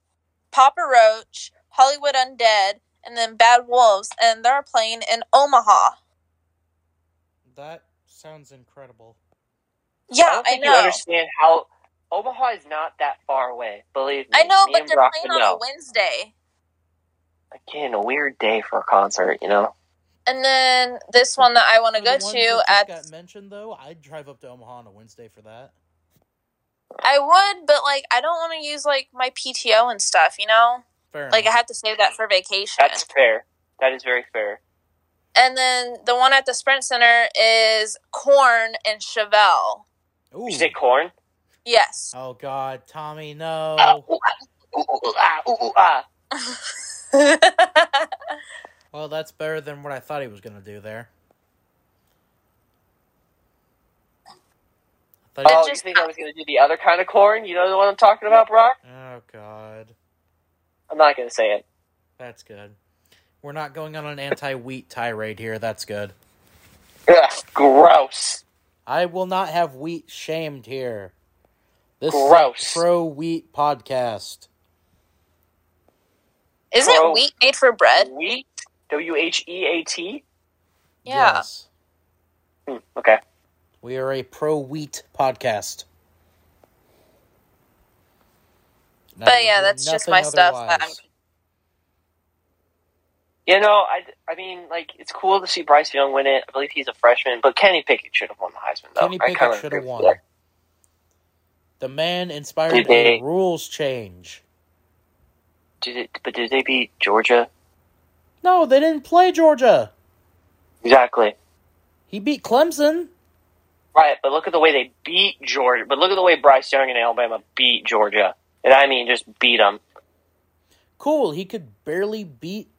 C: Papa Roach, Hollywood Undead, and then Bad Wolves, and they're playing in Omaha.
A: That sounds incredible.
C: Yeah,
B: I don't
C: I,
B: think you
C: know.
B: understand how Omaha is not that far away. Believe me.
C: I know,
B: Me
C: but
B: and
C: they're
B: Brock
C: playing
B: would
C: on
B: know.
C: a Wednesday.
B: Again, a weird day for a concert, you know.
C: And then this one that I want to
A: For the
C: go
A: ones
C: to uh,
A: that
C: at
A: just got mentioned though. I'd drive up to Omaha on a Wednesday for that.
C: I would, but like I don't want to use like my PTO and stuff, you know?
A: Fair
C: Like I
A: enough.
C: have to save that for vacation.
B: That's fair. That is very fair.
C: and then the one at the Sprint Center is Corn and Chevelle.
A: Ooh.
B: You say corn?
C: Yes.
A: Oh God, Tommy, no.
B: Ah,
C: Oh.
B: ooh, ah, ooh, ooh, ah, ooh, ooh, ah.
A: Oh.
C: yeah,
A: Well, that's better than what I thought he was gonna do there. I thought he-
B: Oh, you
C: just-
B: think I was going to do the other kind of corn? You know the one I'm talking about, Brock?
A: oh God,
B: I'm not going to say it.
A: that's good. We're not going on an anti-wheat tirade here. That's good.
B: Ugh, gross.
A: I will not have wheat shamed here. This
B: Gross.
A: is a pro wheat podcast.
C: Isn't
B: Bro.
C: wheat made for bread?
B: Wheat? W H E A T?
C: Yeah.
A: Yes.
B: Hmm, Okay.
A: We are a pro wheat podcast. And I
C: But
A: will
C: yeah,
A: do
C: that's just
A: nothing
C: my stuff that
A: otherwise.
B: You know, I, I mean, like, it's cool to see Bryce Young win it. I believe he's a freshman, but Kenny Pickett should have won the Heisman, though.
A: Kenny
B: I kinda
A: Pickett should
B: agree
A: have
B: with
A: won.
B: you there.
A: The man inspired
B: Did
A: a
B: they-
A: rules change.
B: Did it, but did they beat Georgia?
A: No, they didn't play Georgia.
B: Exactly.
A: He beat Clemson.
B: Right, but look at the way they beat Georgia. But look at the way Bryce Young and Alabama beat Georgia. And I mean, just beat them.
A: Cool, he could barely beat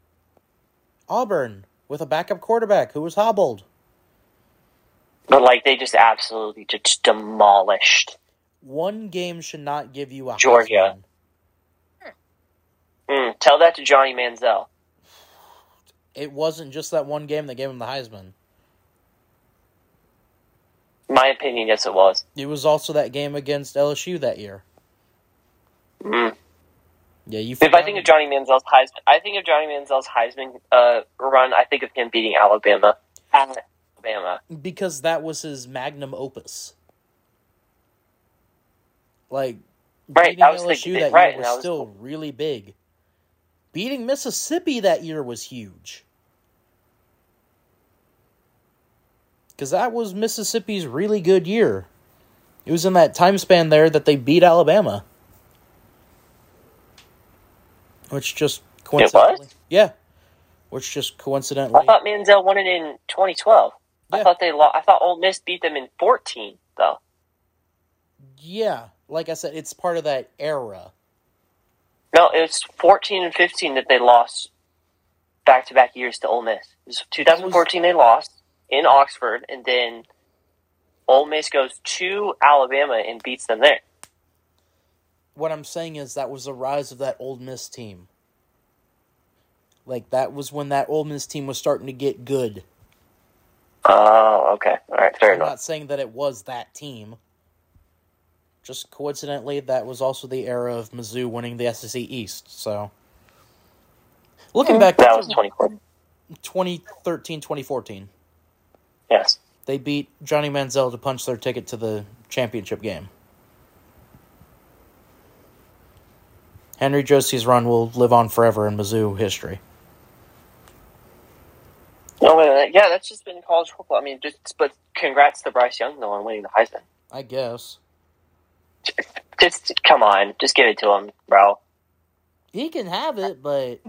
A: Auburn with a backup quarterback who was hobbled.
B: But, like, they just absolutely just demolished.
A: One game should not give you a
B: Georgia.
A: Heisman.
B: Mm, tell that to Johnny Manziel.
A: It wasn't just that one game that gave him the Heisman.
B: My opinion, yes, it was.
A: It was also that game against LSU that year.
B: Mm.
A: Yeah, you.
B: If I
A: forgot-
B: think of Johnny Manziel's Heisman, I think of Johnny Manziel's Heisman uh, run. I think of him beating Alabama. At Alabama.
A: because that was his magnum opus. Like
B: Right,
A: beating
B: I was
A: LSU
B: thinking-
A: that
B: right,
A: year
B: and
A: was,
B: I was-
A: still really big. Beating Mississippi that year was huge. Cause that was Mississippi's really good year. It was in that time span there that they beat Alabama. Which just
B: was?
A: coincidentally Yeah. Which just coincidentally
B: I thought Manziel won it in 2012.
A: Yeah.
B: I thought they. Lo- I thought Ole Miss beat them in 14, though.
A: Yeah, like I said, it's part of that era.
B: No, it was 14 and 15 that they lost back to back years to Ole Miss. It was 2014 they lost in Oxford, and then Ole Miss goes to Alabama and beats them there.
A: What I'm saying is that was the rise of that Old Miss team. Like that was when that Old Miss team was starting to get good.
B: Oh, okay. All right, fair
A: I'm
B: enough.
A: not saying that it was that team. Just coincidentally, that was also the era of Mizzou winning the SEC East. So, looking back,
B: That was 24.
A: 2013, 2014,
B: Yes.
A: they beat Johnny Manziel to punch their ticket to the championship game. Henry Josie's run will live on forever in Mizzou history.
B: No, wait, wait, yeah, that's just been college football. I mean, just but congrats to Bryce Young though on winning the Heisman.
A: I guess
B: Just come on, just give it to him, bro.
A: he can have it, but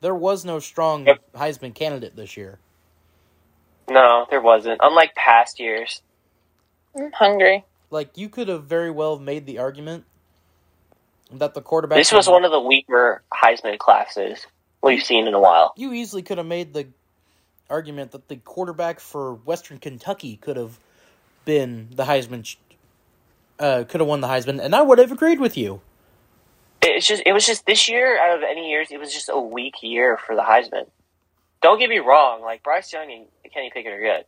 A: there was no strong
B: Yep.
A: Heisman candidate this year.
B: No, there wasn't. Unlike past years,
C: I'm hungry.
A: Like you could have very well made the argument that the quarterback.
B: this was one of the weaker Heisman classes we've seen in a while.
A: you easily could have made the argument that the quarterback for Western Kentucky could have been the Heisman, ch- uh, could have won the Heisman, and I would have agreed with you.
B: It's just it was just this year out of any years, it was just a weak year for the Heisman. Don't get me wrong, like Bryce Young and Kenny Pickett are good,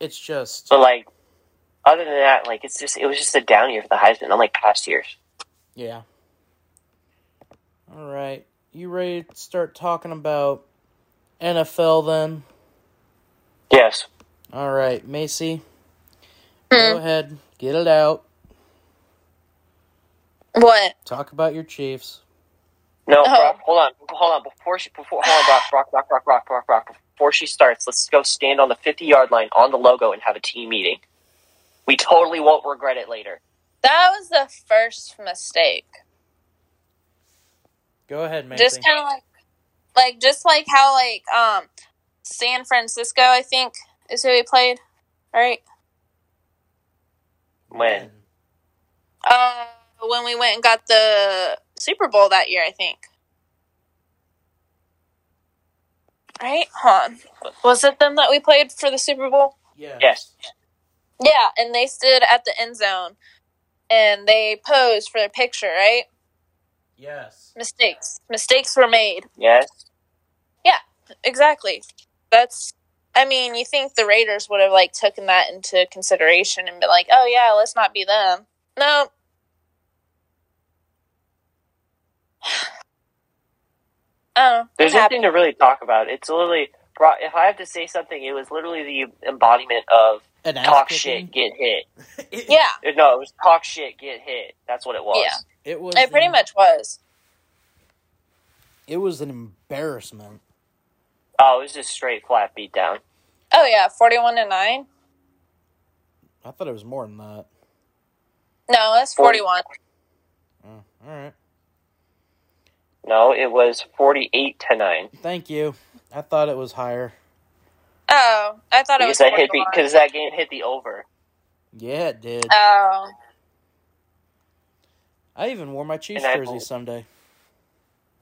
A: It's just,
B: but like other than that, like it's just it was just a down year for the Heisman, unlike past years.
A: yeah. All right, you ready to start talking about NFL then?
B: Yes,
A: All right, Macy,
C: Hmm.
A: go ahead, get it out.
C: What?
A: Talk about your Chiefs.
B: No,
C: Oh.
B: Brock, hold on, hold on. Before she, before hold on, Brock, Brock, Brock, Brock, Brock, Brock, Brock. Before she starts, let's go stand on the fifty-yard line on the logo and have a team meeting. We totally won't regret it later.
C: That was the first mistake.
A: Go ahead, Macy.
C: Just kind of like, like just like how like um, San Francisco, I think is who he played, right?
B: When
C: Uh, when we went and got the Super Bowl that year, I think. Right? Hold on. Was it them that we played for the Super Bowl?
A: Yeah.
B: yes,
C: Yeah, and they stood at the end zone and they posed for their picture, right?
A: Yes.
C: Mistakes. Mistakes were made.
B: yes,
C: Exactly. That's I mean, you think the Raiders would have like taken that into consideration and been like, "Oh yeah, let's not be them." No. Oh,
B: there's nothing to really talk about. It's literally, Brock, if I have to say something, it was literally the embodiment of
A: An ass
B: talk
A: kicking?
B: shit, get hit. Uh,
A: It,
C: Yeah,
B: No, it was talk shit, get hit. That's what it was.
C: Yeah.
A: it was.
C: it pretty
B: Mm-hmm.
A: an-
C: much was.
A: It was an embarrassment.
B: Oh, it was just straight flat beat down.
C: Oh yeah, forty-one to nine.
A: I thought it was more than that.
C: No, that's
B: Forty-
C: forty-one.
A: Oh, all right.
B: No, it was forty-eight to nine.
A: Thank you. I thought it was higher.
C: Oh, I thought it was
B: Because that hit
C: forty-one.
B: because that game hit the over.
A: Yeah, it did.
C: Oh,
A: I even wore my Chiefs
B: and I
A: jersey
B: believe-
A: someday.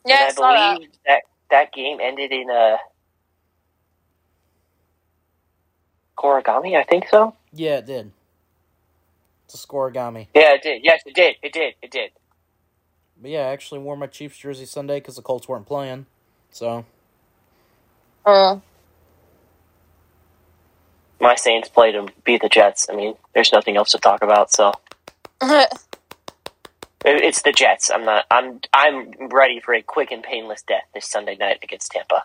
C: yeah, I
B: and
C: saw
B: I
C: that.
B: believe that that game ended in uh, a origami. I think so.
A: Yeah, it did. It's a scoregami.
B: Yeah, it did. Yes, it did. It did. It did.
A: But yeah, I actually wore my Chiefs jersey Sunday because the Colts weren't playing. So
C: Mm.
B: My Saints played and beat the Jets. I mean, there's nothing else to talk about. So It- it's the Jets. I'm not. I'm. I'm ready for a quick and painless death this Sunday night against Tampa.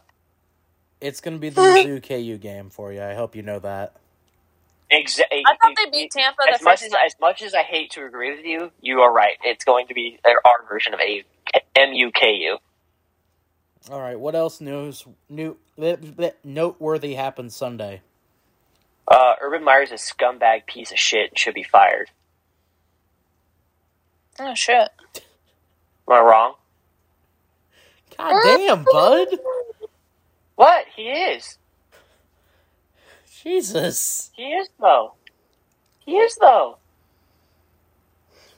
A: it's gonna be the Mizzou KU game for you. I hope you know that.
B: Exactly.
C: I thought they beat Tampa the
B: As much
C: first
B: as
C: time.
B: as much as I hate to agree with you, you are right. It's going to be their our version of a MUKU.
A: All right. What else news? New bleh, bleh, noteworthy happened Sunday.
B: Uh, Urban Meyer's a scumbag piece of shit and should be fired.
C: Oh shit.
B: Am I wrong?
A: God damn, bud.
B: What? He is.
A: Jesus.
B: He is though. He is though.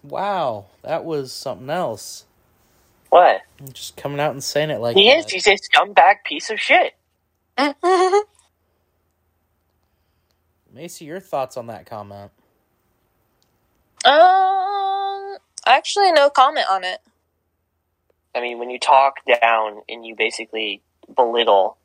A: Wow, that was something else.
B: What?
A: Just coming out and saying it like
B: He
A: that.
B: is. He's a scumbag piece of shit.
A: Macy, your thoughts on that comment?
C: um, actually, no comment on it.
B: I mean, when you talk down and you basically belittle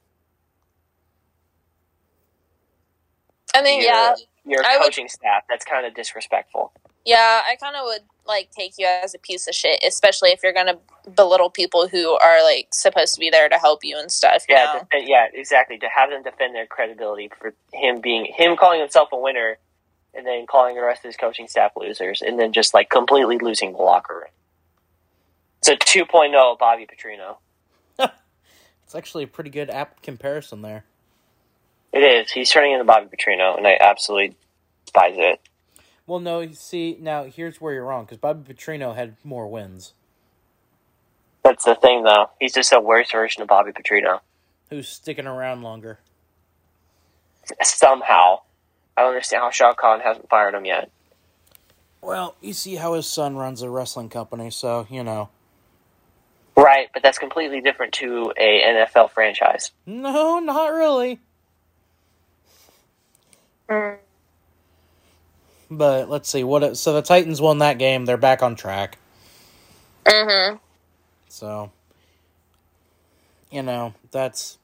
C: I mean, yeah,
B: Yeah. your
C: I would-
B: coaching staff. That's kind of disrespectful.
C: Yeah, I kind of would like take you as a piece of shit, especially if you're going to belittle people who are like supposed to be there to help you and stuff. You
B: Yeah,
C: know?
B: defend, yeah, exactly. To have them defend their credibility for him being him calling himself a winner, and then calling the rest of his coaching staff losers, and then just like completely losing the locker room. It's a 2.0 oh, Bobby Petrino.
A: It's actually a pretty good apt comparison there.
B: It is. He's turning into Bobby Petrino, and I absolutely despise it.
A: Well, no, you see, now here's where you're wrong because Bobby Petrino had more wins.
B: That's the thing, though. He's just a worse version of Bobby Petrino.
A: Who's sticking around longer?
B: Somehow, I don't understand how Shao Kahn hasn't fired him yet.
A: Well, you see how his son runs a wrestling company, so you know.
B: Right, but that's completely different to a NFL franchise.
A: No, not really.
C: Mm.
A: But let's see what. So the Titans won that game. They're back on track.
C: Mm-hmm.
A: So, you know, that's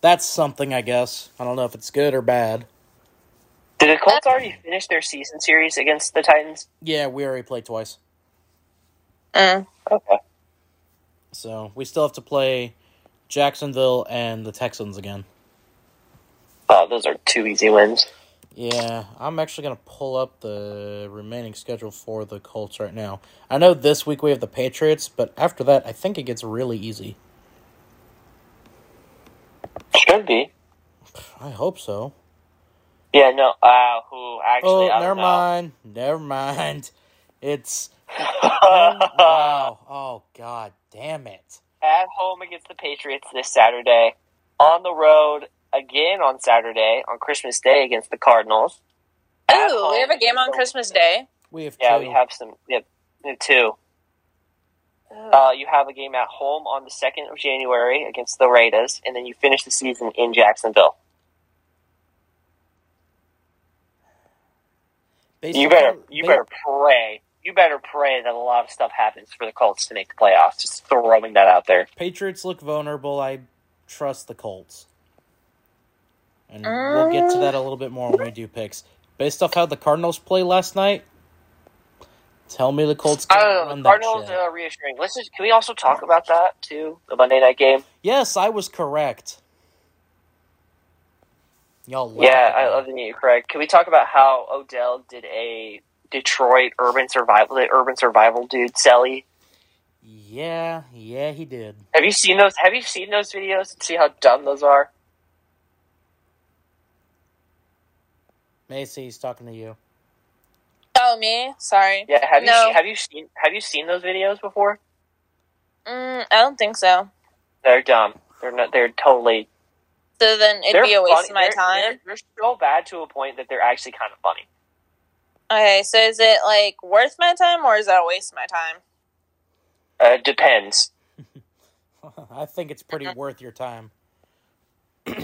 A: that's something, I guess. I don't know if it's good or bad.
B: Did the
C: Uh,
B: Colts already finish their season series against the Titans?
A: Yeah, we already played twice,
C: Mm.
B: Okay.
A: so we still have to play Jacksonville and the Texans again.
B: Oh, those are two easy wins.
A: Yeah, I'm actually gonna pull up the remaining schedule for the Colts right now. I know this week we have the Patriots, but after that, I think it gets really easy.
B: Should be.
A: I hope so.
B: Yeah, no. Uh, who
A: Oh,
B: actually? I
A: never
B: don't
A: mind. Never mind. It's
B: know.
A: wow. Oh god, damn it.
B: At home against the Patriots this Saturday. On the road again on Saturday on Christmas Day against the Cardinals. At
C: Ooh,
B: home
C: we have a game on
B: against the-
C: Christmas Day.
A: We have
B: Yeah,
A: two.
B: we have some. We have, we have two. Uh, you have a game at home on the second of January against the Raiders, and then you finish the season in Jacksonville.
A: Based
B: You
A: upon-
B: better, you
A: ba-
B: better pray. You better pray that a lot of stuff happens for the Colts to make the playoffs. Just throwing that out there.
A: Patriots look vulnerable. I trust the Colts. And we'll get to that a little bit more when we do picks. Based off how the Cardinals played last night, tell me the Colts can
B: I don't know.
A: run
B: Oh, The
A: that
B: Cardinals uh,
A: shit.
B: are reassuring. Let's just. Can we also talk about that too? The Monday night game.
A: Yes, I was correct. Y'all laugh
B: Yeah,
A: at
B: I
A: me.
B: love the new correct. Can we talk about how Odell did a Detroit urban survival, the urban survival dude, Selly?
A: Yeah, yeah, he did.
B: Have you seen those? Have you seen those videos? See how dumb those are.
A: Macy, he's talking to you.
C: Oh, me? Sorry.
B: Yeah, have you
C: No.
B: seen, have you seen have you seen those videos before?
C: Mm, I don't think so.
B: They're dumb. They're not. They're totally.
C: So then it'd
B: they're
C: be a waste
B: funny.
C: of my
B: They're-
C: time.
B: They're, they're so bad to a point that they're actually kind of funny.
C: Okay, so is it like worth my time or is that a waste of my time?
B: Uh, it depends.
A: I think it's pretty worth your time.
B: I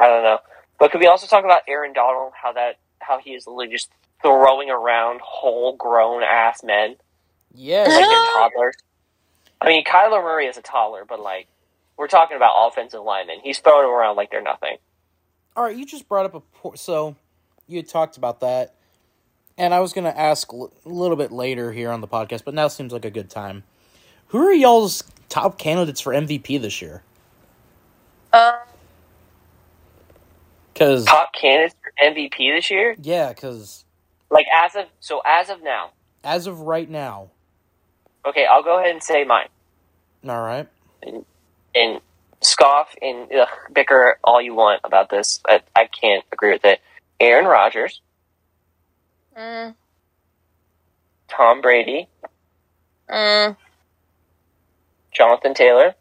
B: don't know. But could we also talk about Aaron Donald? How that how he is literally just throwing around whole grown ass men like
A: Yeah,
B: they're toddlers. I mean, Kyler Murray is a toddler, but like we're talking about offensive linemen. He's throwing them around like they're nothing.
A: All right, you just brought up a po- so you had talked about that, and I was going to ask a little bit later here on the podcast, but now seems like a good time. Who are y'all's top candidates for MVP this year?
C: Um,
A: Because
B: Top candidates for MVP this year,
A: yeah, because
B: like as of so as of now.
A: as of right now,
B: Okay, I'll go ahead and say mine
A: all right,
B: and scoff and ugh, bicker all you want about this. I, I can't agree with it. Aaron Rodgers,
C: mm,
B: Tom Brady,
C: mm,
B: Jonathan Taylor.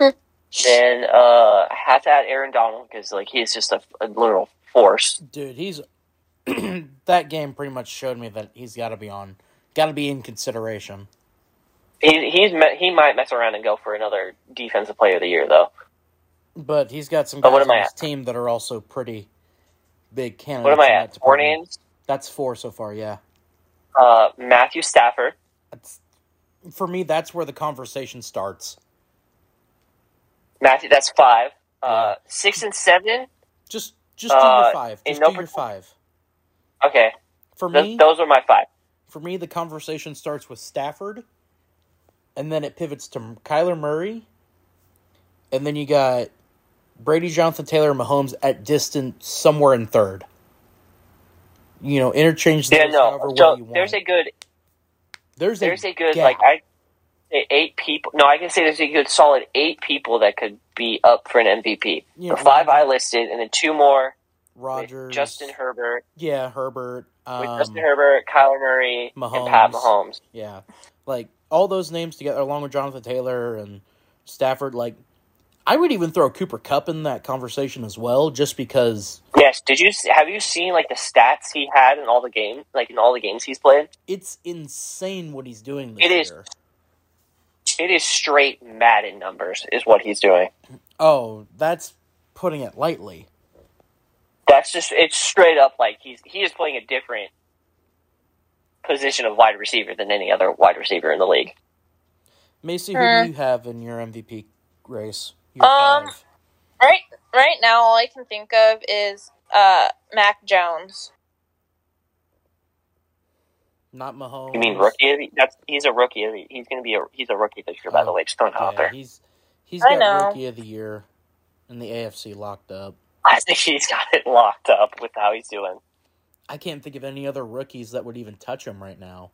C: Hmm.
B: then uh, have to add Aaron Donald because like he's just a, a literal force.
A: dude, he's that game pretty much showed me that he's got to be on, got to be in consideration.
B: He he's me- he might mess around and go for another defensive player of the year though.
A: But he's got some
B: But
A: guys
B: what
A: on
B: am I
A: his
B: at?
A: team that are also pretty big candidates.
B: What am I
A: in
B: at?
A: that
B: Four
A: department.
B: names:
A: That's four so far. Yeah.
B: uh, Matthew Stafford,
A: That's for me. That's where the conversation starts.
B: Matthew. That's five. Uh, six and seven.
A: Just Just do your
B: Uh,
A: five.
B: in
A: Just
B: no
A: do your
B: particular-
A: five.
B: Okay,
A: For
B: th-
A: me,
B: those are my five.
A: for me, the conversation starts with Stafford, and then it pivots to Kyler Murray, and then you got Brady, Jonathan Taylor, and Mahomes at distant somewhere in third. You know, interchange those
B: Yeah,
A: however
B: no.
A: way you
B: So
A: want.
B: there's a good
A: there's
B: there's a good
A: gap.
B: like I say eight people. No, I can say there's a good solid eight people that could be up for an MVP.
A: Yeah.
B: the five I listed, and then two more: with
A: Rodgers,
B: Justin Herbert,
A: yeah, Herbert, um,
B: with Justin Herbert, Kyler Murray, and Pat
A: Mahomes.
B: Mahomes.
A: yeah, like all those names together, along with Jonathan Taylor and Stafford. Like, I would even throw Cooper Cup in that conversation as well, just because
B: Yes. Did you see- have you seen like the stats he had in all the game, like in all the games he's played?
A: it's insane what he's doing this
B: It is.
A: year.
B: It is straight Madden numbers, is what he's doing.
A: Oh, that's putting it lightly.
B: That's just it's straight up like he's he is playing a different position of wide receiver than any other wide receiver in the league.
A: Macy, who
C: Hmm.
A: do you have in your MVP race? Your
C: Um,
A: five.
C: Right, right now, all I can think of is uh, Mac Jones.
A: not Mahomes.
B: You mean rookie? of the- That's he's a rookie. of the- He's going to be a he's a rookie this year. By the way, just throwing it out
A: Yeah,
B: there.
A: he's he's got
C: I know.
A: rookie of the year in the AFC locked up.
B: I think he's got it locked up with how he's doing.
A: I can't think of any other rookies that would even touch him right now.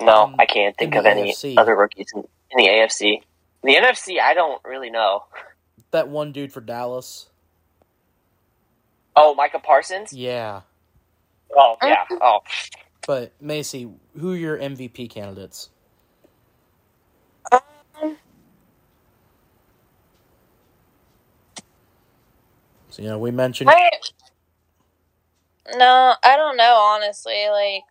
B: No,
A: Um,
B: I can't think
A: in
B: of
A: the
B: any
A: AFC.
B: other rookies in, in the AFC. The NFC, I don't really know.
A: That one dude for Dallas.
B: Oh, Micah Parsons.
A: Yeah.
B: Oh yeah. Oh,
A: But Macy, who are your MVP candidates? So you know, we mentioned
C: I, no, I don't know, honestly. Like,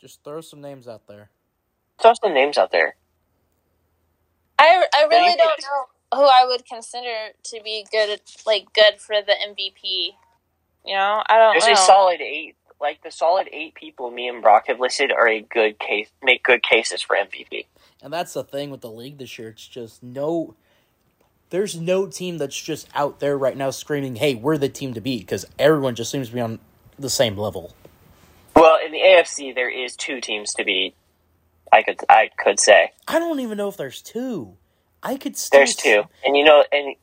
A: just throw some names out there.
B: throw some names out there.
C: I, I
B: do you
C: really don't
B: think?
C: know who I would consider to be good, like, good for the MVP. You know, I don't
B: There's
C: know.
B: a solid eight. Like the solid eight people me and Brock have listed are a good case. Make good cases for MVP.
A: And that's the thing with the league this year. It's just no. There's no team that's just out there right now screaming, "Hey, we're the team to beat," because everyone just seems to be on the same level.
B: Well, in the AFC, there is two teams to be. I could I could say
A: I don't even know if there's two. I could still
B: there's two, and you know, and,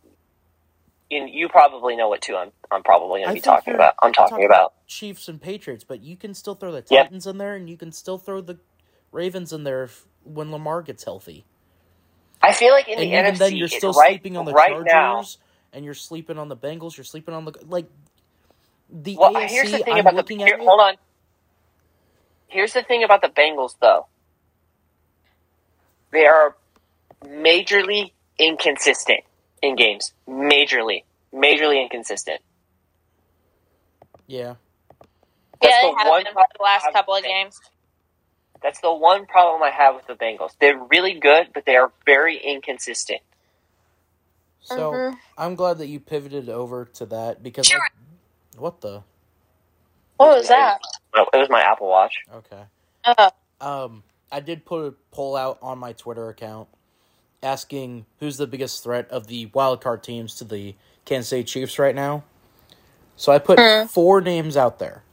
B: and you probably know what two I'm I'm probably
A: I
B: going to be
A: think
B: talking
A: you're
B: about. I'm talking about.
A: Chiefs and Patriots, but you can still throw the
B: Yep.
A: Titans in there, and you can still throw the Ravens in there if, when Lamar gets healthy.
B: I feel like in
A: and
B: the
A: even
B: NFC,
A: then, you're
B: it-
A: still
B: right,
A: sleeping on the
B: right
A: Chargers,
B: now.
A: and you're sleeping on the Bengals. You're sleeping on the like the
B: Well,
A: AFC.
B: here's the thing
A: I'm
B: about the
A: looking
B: here-
A: at it-
B: hold on. Here's the thing about the Bengals, though. They are majorly inconsistent in games. Majorly, majorly inconsistent.
A: Yeah,
C: yeah,
B: That's
C: they
B: the
C: haven't
B: one
C: been for the last
B: problem
C: couple of
B: I've
C: games.
B: That's the one problem I have with the Bengals. They're really good, but they are very inconsistent.
A: so.
C: Mhm.
A: I'm glad that you pivoted over to that because
C: Sure.
A: I- what the
C: What was that?
B: Well, Oh, It was my Apple Watch.
A: okay.
C: Oh,
A: Um, I did put a poll out on my Twitter account asking who's the biggest threat of the wild card teams to the Kansas City Chiefs right now. So I put
C: Hmm.
A: four names out there.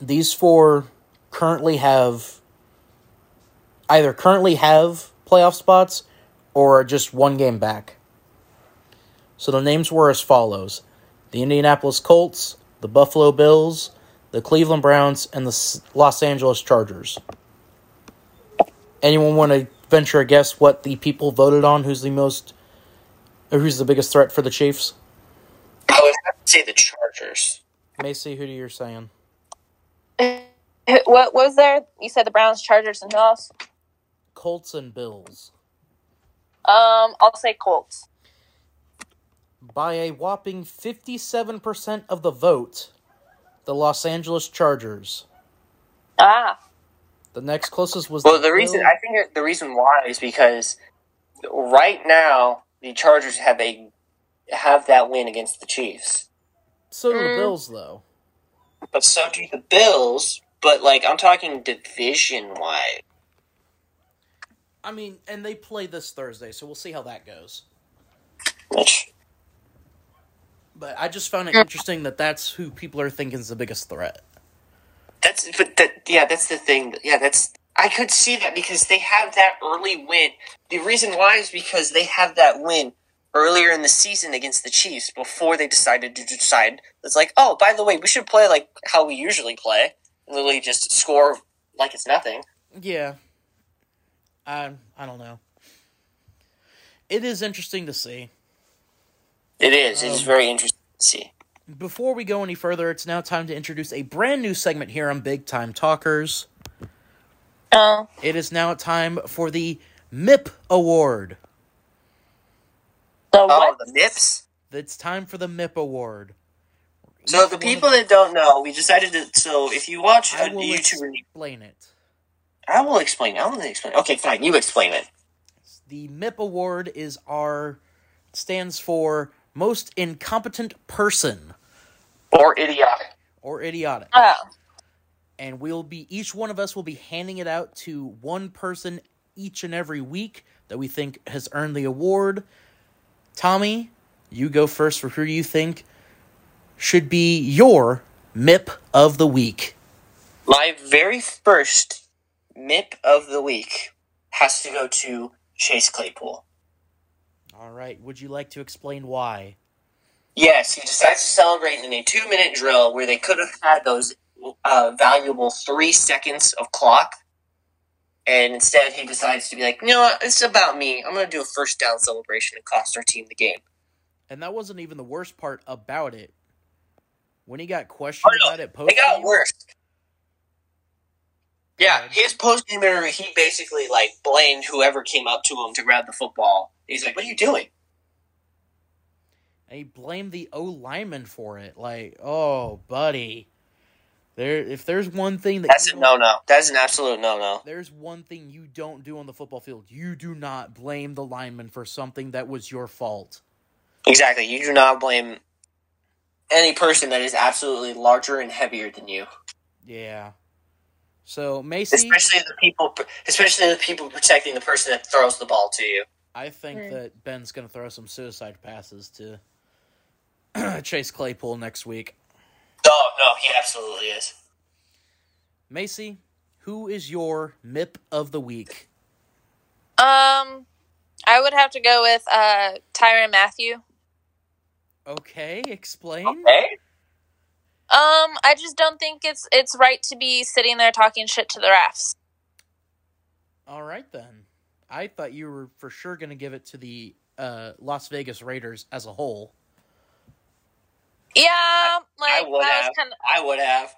A: These four currently have either currently have playoff spots or are just one game back. So the names were as follows: the Indianapolis Colts, the Buffalo Bills, the Cleveland Browns, and the S- Los Angeles Chargers. Anyone want to venture a guess what the people voted on? Who's the most, or who's the biggest threat for the Chiefs?
B: I would have to say the Chargers.
A: Macy, who do you're saying?
C: Who- what was there? You said the Browns, Chargers, and who else?
A: Colts and Bills
C: Um, I'll say Colts.
A: by a whopping fifty-seven percent of the vote. The Los Angeles Chargers.
C: Ah,
A: The next closest was
B: Well, the reason
A: Bill-
B: I think it- the reason why is because right now the Chargers have a have that win against the Chiefs,
A: so do the
C: Mm.
A: Bills though.
B: but so do the Bills. But like I'm talking division wide.
A: I mean, and they play this Thursday, so we'll see how that goes.
B: Which
A: But I just found it interesting that that's who people are thinking is the biggest threat.
B: that's but that yeah, that's the thing. Yeah, that's I could see that because they have that early win. The reason why is because they have that win earlier in the season against the Chiefs before they decided to decide it's like, oh, by the way, we should play like how we usually play. Literally just score like it's nothing.
A: Yeah. I I don't know. It is interesting to see.
B: It is. it is
A: Um,
B: very interesting to see.
A: Before we go any further, it's now time to introduce a brand new segment here on Big Time Talkers.
C: Oh,
A: It is now time for the MIP Award.
C: the
B: Oh,
C: what?
B: the Mips.
A: It's time for the MIP Award.
B: So the people that don't know, we decided to. So if you watch
A: I
B: a
A: will
B: YouTube, review-
A: explain it.
B: I will explain. I will explain. Okay, fine. You explain it.
A: The MIP Award is our stands for most incompetent person
B: Or idiotic.
A: or idiotic.
C: Oh,
A: and we'll be each one of us will be handing it out to one person each and every week that we think has earned the award. Tommy, you go first for who you think should be your MIP of the week.
B: My very first MIP of the week has to go to Chase Claypool.
A: All right, would you like to explain why?
B: Yes, he decides to celebrate in a two-minute drill where they could have had those uh, valuable three seconds of clock, and instead he decides to be like, "You know what? It's about me. I'm going to do a first down celebration and cost our team the game."
A: And that wasn't even the worst part about it. When he got questioned
B: Oh, no.
A: about it post
B: It got worse. Yeah, his post game interview, he basically like blamed whoever came up to him to grab the football. He's like, "What are you doing?"
A: and he blamed the O lineman for it. Like, oh, buddy, there. If there's one thing that
B: That's
A: you
B: a no no. That's an absolute no no.
A: there's one thing you don't do on the football field. You do not blame the lineman for something that was your fault.
B: Exactly. You do not blame any person that is absolutely larger and heavier than you,
A: Yeah. So Macy,
B: especially the people, especially the people protecting the person that throws the ball to you.
A: I think
C: Hmm.
A: that Ben's gonna throw some suicide passes to Chase Claypool next week.
B: No, no, he absolutely is.
A: Macy, who is your MIP of the week?
C: um, I would have to go with uh Tyron Matthew.
A: Okay, explain.
B: Okay.
C: Um, I just don't think it's it's right to be sitting there talking shit to the refs.
A: All right then. I thought you were for sure gonna give it to the uh, Las Vegas Raiders as a whole.
C: Yeah, like
B: I would
C: that
B: have.
C: was kind of.
B: I would have.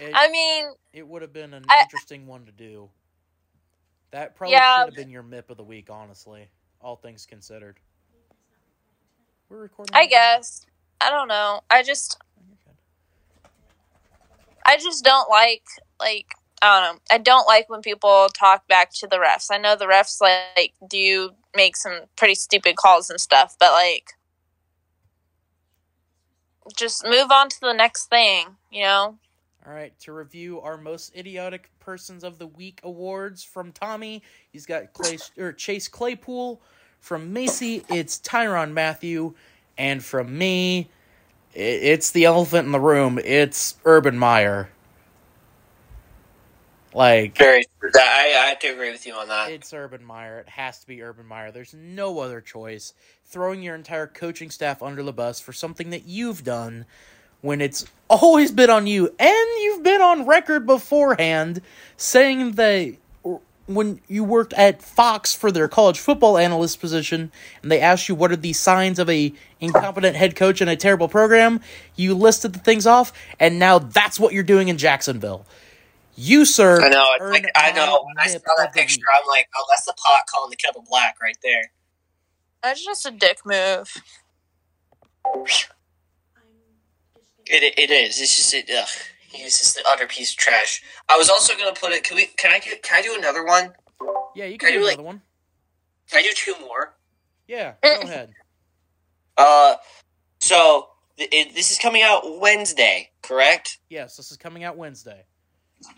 A: It-
C: I mean,
A: it would have been an
C: I-
A: interesting one to do. That probably
C: Yeah.
A: should have been your MIP of the week, honestly. All things considered. We're recording.
C: I
A: right now.
C: guess I don't know. I just
A: You're good.
C: I just don't like like I don't know. I don't like when people talk back to the refs. I know the refs like do make some pretty stupid calls and stuff, but like just move on to the next thing, you know?
A: All right, to review our most idiotic persons of the week awards from Tommy. He's got Clay or Chase Claypool. From Macy, it's Tyron Matthew, and from me, i- it's the elephant in the room. It's Urban Meyer. Like
B: Very. I I have to agree with you on that.
A: It's Urban Meyer. It has to be Urban Meyer. There's no other choice. Throwing your entire coaching staff under the bus for something that you've done when it's always been on you and you've been on record beforehand saying that when you worked at Fox for their college football analyst position and they asked you what are the signs of a incompetent head coach and a terrible program, you listed the things off and now that's what you're doing in Jacksonville. You sir
B: I know. It's
A: earn
B: like I know.
A: my
B: When I
A: MIP
B: saw
A: of
B: that
A: the
B: picture,
A: week.
B: I'm like, oh, that's the pot calling the kettle black right there.
C: That's just a dick move.
B: It it is. It's just it. Ugh. He's just the utter piece of trash. I was also gonna put it. Can we? Can I get? Can I do another one?
A: Yeah, you
B: Can
A: can do
B: you,
A: another
B: like-
A: one.
B: Can I do two more?
A: Yeah, go
B: Eh,
A: ahead.
B: Uh, so th- it, this is coming out Wednesday, correct?
A: Yes, this is coming out Wednesday.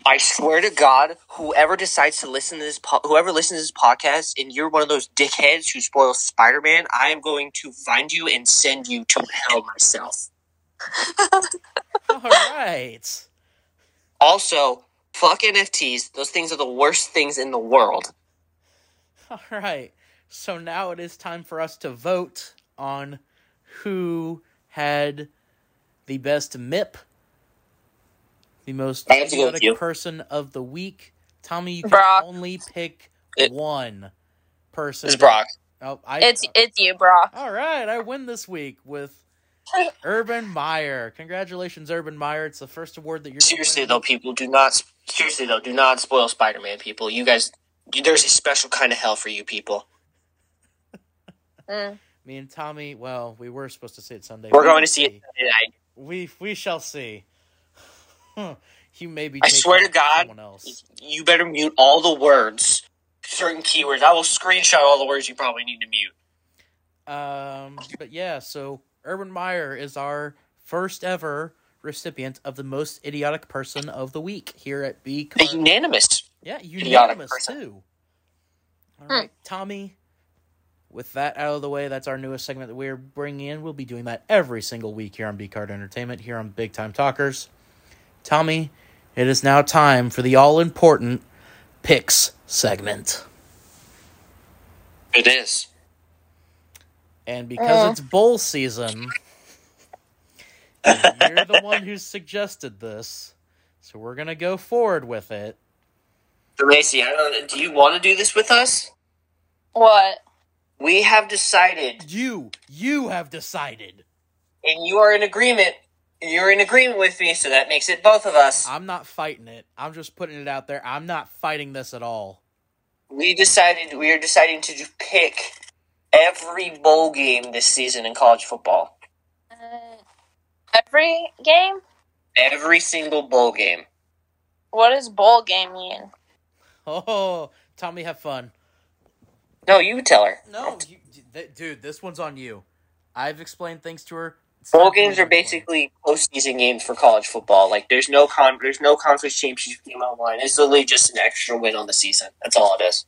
B: I swear to God, whoever decides to listen to this, po- whoever listens to this podcast, and you're one of those dickheads who spoils Spider Man, I am going to find you and send you to hell myself.
A: All right.
B: Also, fuck NFTs. Those things are the worst things in the world.
A: All right. So now it is time for us to vote on who had the best MIP, the most
B: I have to go with
A: chaotic
B: you.
A: person of the week. Tommy, you can
C: Brock.
A: only pick
B: It-
A: one person.
B: It's Brock.
A: Oh, I,
C: It's it's you, Brock.
A: all right. I win this week with Urban Meyer. Congratulations, Urban Meyer. It's the first award that you're
B: Seriously though, people do not. sp- Seriously though, do not spoil Spider Man. People, you guys, there's a special kind of hell for you people.
C: Mm.
A: Me and Tommy. Well, we were supposed to see it Sunday.
B: We're
A: We
B: going
A: will
B: to see it tonight.
A: We we shall see. you may be.
B: I
A: taking
B: swear to God,
A: someone else.
B: You better mute all the words, certain keywords. I will screenshot all the words you probably need to mute.
A: Um, but yeah, so Urban Meyer is our first ever recipient of the most idiotic person of the week here at B.
B: The unanimous.
A: Yeah,
B: idiotic
A: unanimous
B: person. Hmm.
A: too. All right, Tommy. With that out of the way, that's our newest segment that we're bringing in. We'll be doing that every single week here on B Card Entertainment, here on Big Time Talkers. Tommy, it is now time for the all important picks segment.
B: It is.
A: And
B: Oh.
A: because it's bowl season, you're the one who suggested this. So we're going to go forward with it.
B: So Macy, I don't. Do you want to do this with us?
C: What?
B: We have decided,
A: You, you have decided.
B: and you are in agreement. You're in agreement with me, so that makes it both of us.
A: I'm not fighting it. I'm just putting it out there. I'm not fighting this at all.
B: we decided we are deciding to just pick every bowl game this season in college football.
C: Mm, Every game?
B: Every single bowl game.
C: What does bowl game mean?
A: Oh, Tommy, have fun.
B: No, you tell her.
A: No, you, th- dude, this one's on you. I've explained things to her. It's
B: Bowl
A: not
B: games
A: you
B: are
A: to explain.
B: basically postseason games for college football. Like there's no con there's no conference championship game on the line. It's literally just an extra win on the season. That's all it is.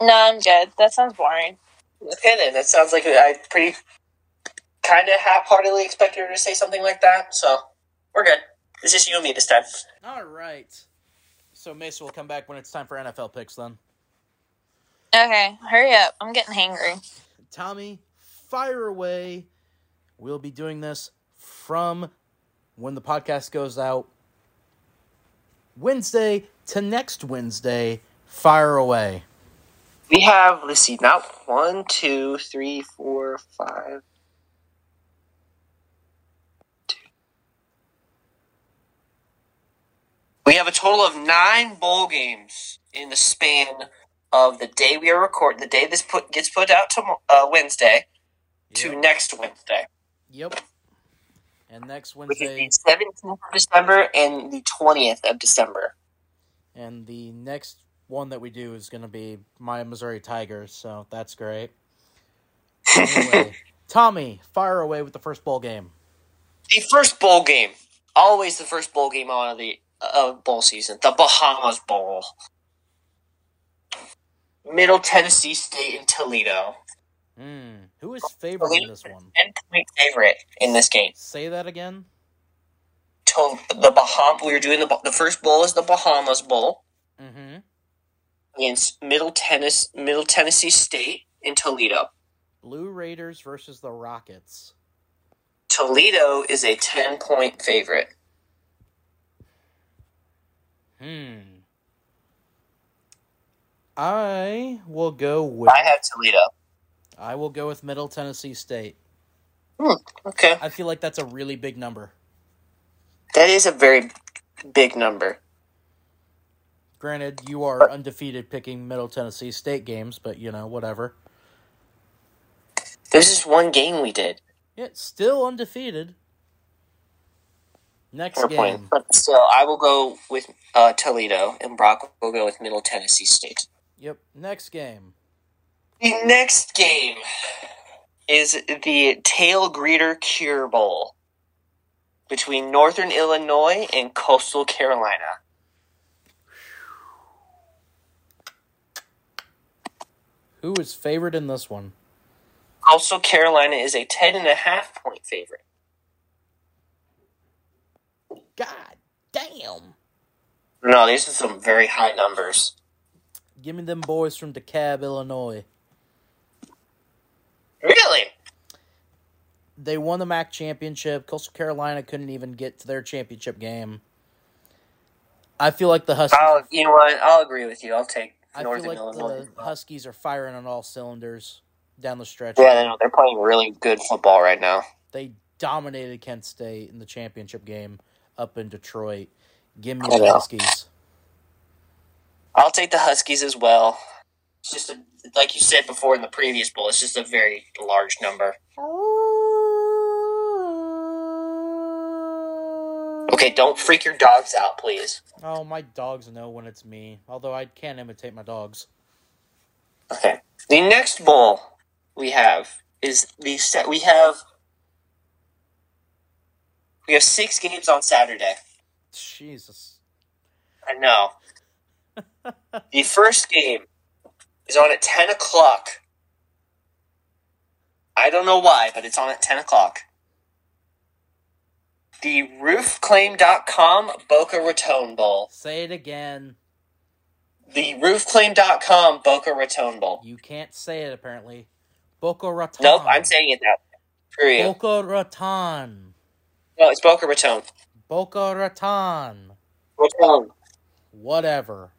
C: No, I'm good. That sounds boring.
B: Okay then, that sounds like I pretty kinda half heartedly expected her to say something like that, so we're good. It's just you and me this time.
A: All right. So, Mesa will come back when it's time for NFL picks then.
C: Okay, hurry up. I'm getting hangry.
A: Tommy, fire away. We'll be doing this from when the podcast goes out Wednesday to next Wednesday. Fire away.
B: We have, let's see, not one, two, three, four, five. two. We have a total of nine bowl games in the span of the day we are recording, the day this put gets put out to uh, Wednesday to
A: Yep.
B: next Wednesday,
A: Yep. And next
B: which is
A: Wednesday
B: the seventeenth of December and the twentieth of December.
A: and the next one that we do is going to be my Missouri Tigers, so that's great. Anyway, Tommy, fire away with the first bowl game.
B: The first bowl game, always the first bowl game of the of bowl season, the Bahamas Bowl. Middle Tennessee State and Toledo,
A: Hmm. Who is favored in this one?
B: ten point favorite in this game.
A: Say that again.
B: To- the Baham, we were doing the Bah- the first bowl is the Bahamas Bowl
A: Mm-hmm.
B: against Middle Tennis Middle Tennessee State in Toledo.
A: Blue Raiders versus the Rockets.
B: Toledo is a ten point favorite.
A: Hmm. I will go with
B: I have Toledo.
A: I will go with Middle Tennessee State.
B: Okay,
A: I feel like that's a really big number.
B: that is a very big number.
A: Granted, you are undefeated picking Middle Tennessee State games, but you know, whatever.
B: There's this one game we did.
A: Yeah, still undefeated. Next
B: Fair
A: game.
B: point. But still, I will go with uh, Toledo, and Brock will go with Middle Tennessee State.
A: Yep, next game.
B: The next game is the Tail Greeter Cure Bowl between Northern Illinois and Coastal Carolina.
A: Who is favored in this one?
B: Also, Carolina is a ten and a half point favorite.
A: God damn.
B: No, these are some very high numbers.
A: Give me them boys from DeKalb, Illinois.
B: Really?
A: They won the MAC championship. Coastal Carolina couldn't even get to their championship game. I feel like the Huskies.
B: I'll, you know what? I'll agree with you. I'll take
A: I feel
B: Oh, Northern
A: like
B: Illinois.
A: the Huskies are firing on all cylinders down the stretch.
B: yeah, they know. they're playing really good football right now.
A: They dominated Kent State in the championship game up in Detroit. Give me
B: I
A: the
B: know.
A: Huskies.
B: I'll take the Huskies as well. It's just a, like you said before in the previous bowl. It's just a very large number. Okay, don't freak your dogs out, please.
A: Oh, my dogs know when it's me. Although I can't imitate my dogs.
B: Okay. The next bowl we have is the set. We have we have six games on Saturday.
A: Jesus.
B: I know. the first game is on at ten o'clock. I don't know why, but it's on at ten o'clock. The roofclaim.com Boca Raton Bowl.
A: Say it again.
B: The roofclaim.com Boca Raton Bowl.
A: You can't say it apparently. Boca Raton.
B: Nope, I'm saying it that way. For real.
A: Boca Raton.
B: No, it's Boca Raton.
A: Boca Raton.
B: Raton.
A: Whatever.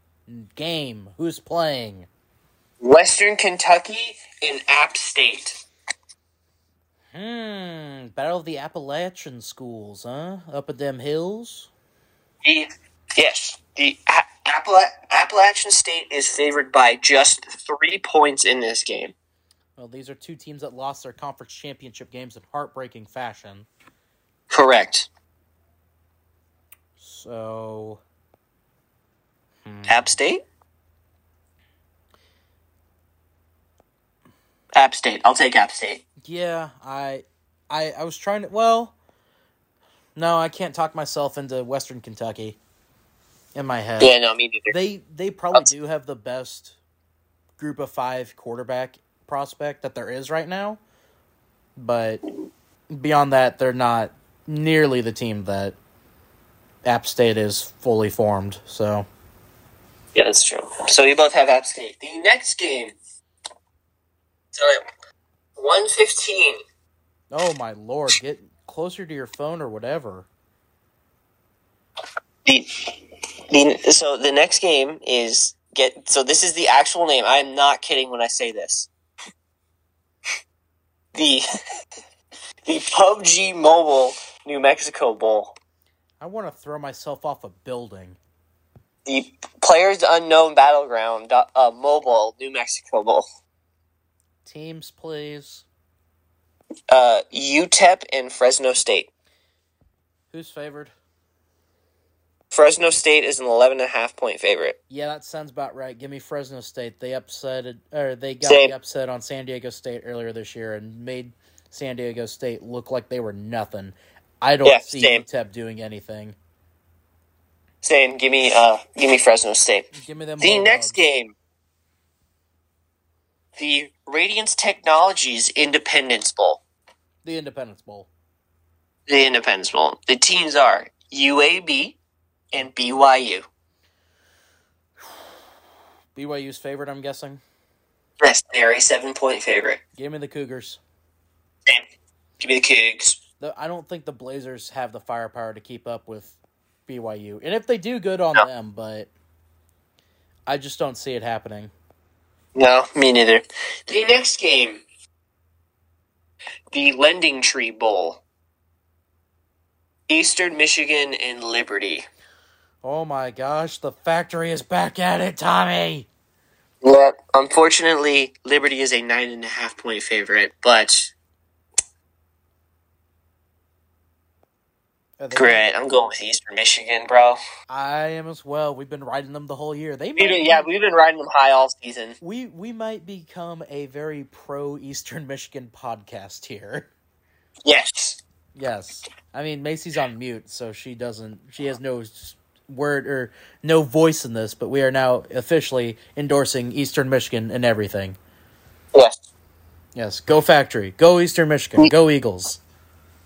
A: Game. Who's playing?
B: Western Kentucky and App State.
A: Hmm. Battle of the Appalachian schools, huh? Up at them hills.
B: The, yes, the A- Appala- Appalachian State is favored by just three points in this game.
A: Well, these are two teams that lost their conference championship games in heartbreaking fashion.
B: Correct.
A: So,
B: App State? App State. I'll take App State.
A: yeah, I, I, I was trying to. Well, no, I can't talk myself into Western Kentucky. In my head,
B: Yeah, no, me neither.
A: they they probably do have the best group of five quarterback prospect that there is right now. But beyond that, they're not nearly the team that App State is fully formed. So
B: Yeah, that's true. So we both have App State. The next game. So at 115.
A: Oh my lord, get closer to your phone or whatever.
B: The, the so the next game is get so this is the actual name. I am not kidding when I say this. The the PUBG Mobile New Mexico Bowl.
A: I want to throw myself off a building.
B: The Players Unknown Battleground uh, Mobile New Mexico Bowl.
A: Teams, please.
B: Uh, UTEP and Fresno State.
A: Who's favored?
B: Fresno State is an eleven and a half point favorite.
A: Yeah, that sounds about right. Give me Fresno State. They upsetted or they got
B: Same.
A: the upset on San Diego State earlier this year and made San Diego State look like they were nothing. I don't
B: Yeah,
A: see
B: same.
A: UTEP doing anything.
B: Same. Give me uh, give me Fresno State.
A: Give me them.
B: The next
A: Bulldogs.
B: game, the Radiance Technologies Independence Bowl.
A: the Independence Bowl.
B: The Independence Bowl. The teams are UAB and BYU.
A: BYU's favorite, I'm guessing.
B: Yes, they're a seven point favorite.
A: Give me the Cougars.
B: Same. Give me the Cougs.
A: The, I don't think the Blazers have the firepower to keep up with BYU. And if they do, good on
B: No.
A: them, but I just don't see it happening.
B: No, me neither. The next game, the Lending Tree Bowl. Eastern Michigan and Liberty.
A: Oh my gosh, the factory is back at it, Tommy!
B: Well, unfortunately, Liberty is a nine and a half point favorite, but
A: Are they-
B: great. I'm going with Eastern Michigan, bro.
A: I am as well. We've been riding them the whole year. They
B: We've
A: may,
B: been- yeah, we've been riding them high all season.
A: we we might become a very pro Eastern Michigan podcast here.
B: Yes.
A: Yes, I mean Macy's on mute, so she doesn't. She has no s- word or no voice in this. But we are now officially endorsing Eastern Michigan and everything. Yes, go Factory. Go Eastern Michigan. Go Eagles.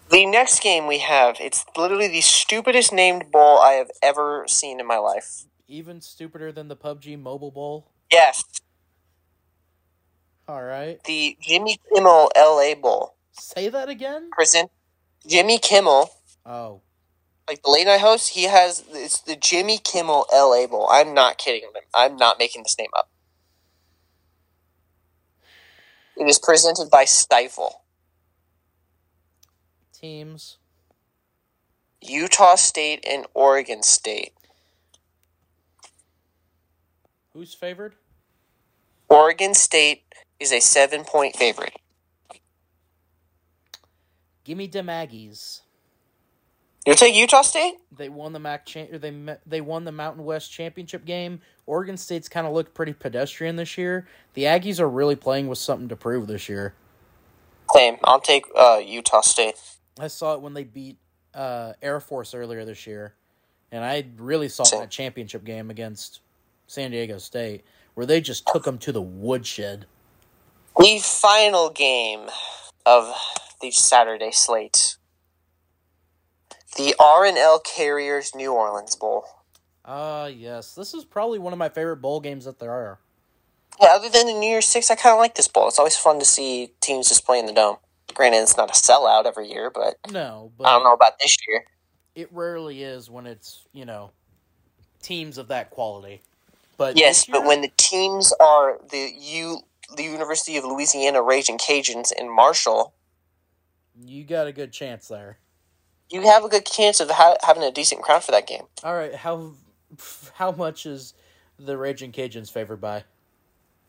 B: The next game we have, it's literally the stupidest named bowl I have ever seen in my life.
A: Even stupider than the PUBG Mobile Bowl.
B: Yes,
A: All right.
B: the Jimmy Kimmel LA Bowl.
A: Say that again?
B: Present Jimmy Kimmel,
A: Oh.
B: like the late night host, he has it's the Jimmy Kimmel LA Bowl. I'm not kidding. I'm not making this name up. It is presented by Stifle.
A: Teams.
B: Utah State and Oregon State.
A: Who's favored?
B: Oregon State is a seven point favorite.
A: Gimme the Maggies.
B: You'll take Utah State?
A: They won the MAC cha- or they ma- they won the Mountain West Championship game. Oregon State's kind of looked pretty pedestrian this year. The Aggies are really playing with something to prove this year.
B: Same. I'll take uh, Utah State.
A: I saw it when they beat uh, Air Force earlier this year, and I really saw it in
B: Same.
A: that championship game against San Diego State where they just took them to the woodshed.
B: The final game of the Saturday slate. The RNL Carriers New Orleans Bowl.
A: Ah, yes, this is probably one of my favorite bowl games that there are.
B: Yeah, other than the New Year's Six, I kind of like this bowl. It's always fun to see teams just play in the dome. Granted, it's not a sellout every year, but
A: No, but
B: I don't know about this year.
A: it rarely is when it's you know teams of that quality. But
B: Yes,
A: this year-
B: but when the teams are the U, the University of Louisiana Raging Cajuns and Marshall,
A: you got a good chance there.
B: you have a good chance of ha- having a decent crowd for that game.
A: All right, how how much is the Raging Cajuns favored by?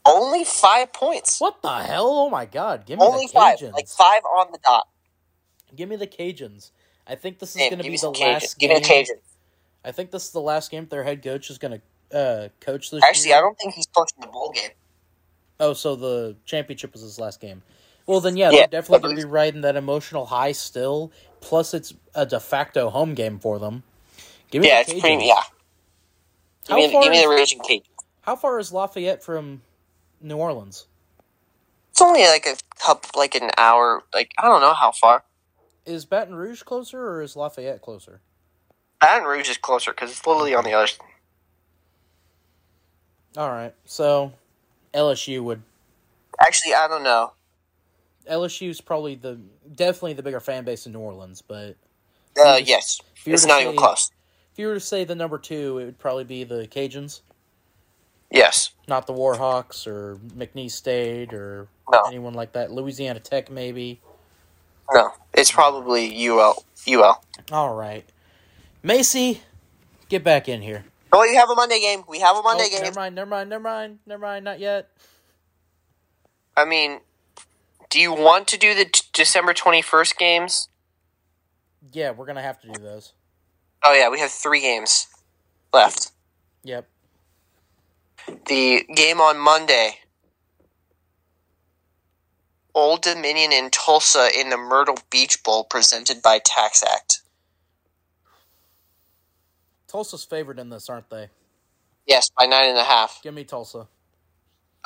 B: Only five points.
A: What the hell? Oh my God! Give me
B: Only
A: the Cajuns.
B: five. Like five on the dot.
A: Give me the Cajuns. I think this is
B: Sam,
A: going to
B: give
A: be
B: me
A: the
B: some
A: last
B: Cajuns. Give
A: game.
B: me a Cajun.
A: I think this is the last game their head coach is going to uh, coach this
B: Actually,
A: year.
B: I don't think he's coaching the bowl game.
A: Oh, so the championship was his last game. Well, then, yeah,
B: Yeah,
A: they're definitely
B: but
A: going to
B: it's-
A: be riding that emotional high still. Plus, it's a de facto home game for them. Give me
B: Yeah,
A: the
B: it's
A: Cajuns.
B: pretty. Yeah. Give
A: How
B: me, the-
A: far
B: give me
A: is-
B: the Raging Cajun.
A: How far is Lafayette from New Orleans?
B: It's only like a cup, like an hour. Like I don't know how far.
A: Is Baton Rouge closer or is Lafayette closer?
B: Baton Rouge is closer because it's literally on the other. side.
A: All right, so LSU would.
B: Actually, I don't know.
A: LSU's probably the definitely the bigger fan base in New Orleans, but
B: Uh, yes,
A: if you were
B: it's
A: to
B: not even
A: say-
B: close.
A: If you were to say the number two, it would probably be the Cajuns,
B: Yes,
A: not the Warhawks or McNeese State or
B: No.
A: anyone like that. Louisiana Tech, maybe.
B: no, it's probably UL. UL.
A: All right, Macy, get back in here.
B: Oh, you have a Monday game. We have a Monday
A: Oh,
B: game.
A: Never mind. Never mind. Never mind. Never mind. Not yet.
B: I mean, do you want to do the t- December twenty first games?
A: Yeah, we're gonna have to do those.
B: Oh yeah, we have three games left.
A: Yep.
B: the game on Monday. Old Dominion in Tulsa in the Myrtle Beach Bowl presented by Tax Act.
A: Tulsa's favored in this, aren't they?
B: Yes, by nine and a half.
A: Give me Tulsa.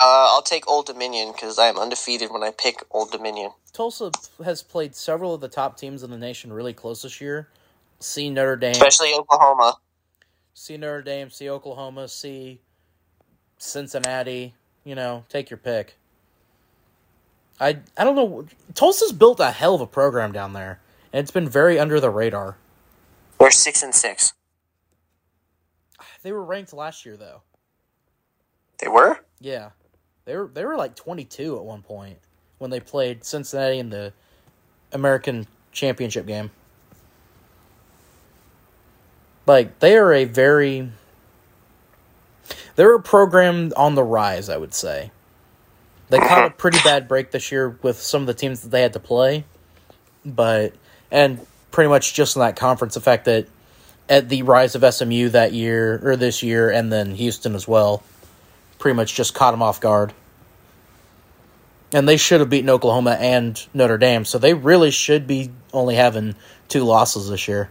B: Uh, I'll take Old Dominion because I am undefeated when I pick Old Dominion.
A: Tulsa has played several of the top teams in the nation really close this year. See Notre Dame.
B: Especially Oklahoma.
A: see Notre Dame, see Oklahoma, see Cincinnati. You know, take your pick. I I don't know. Tulsa's built a hell of a program down there, and it's been very under the radar.
B: We're six and six.
A: They were ranked last year though.
B: They were?
A: Yeah, they were they were like twenty two at one point when they played Cincinnati in the American Championship game. Like they are a very they're a program on the rise, I would say. They caught a pretty bad break this year with some of the teams that they had to play, but and pretty much just in that conference, the fact that at the rise of SMU that year or this year, and then Houston as well pretty much just caught them off guard. And they should have beaten Oklahoma and Notre Dame, so they really should be only having two losses this year.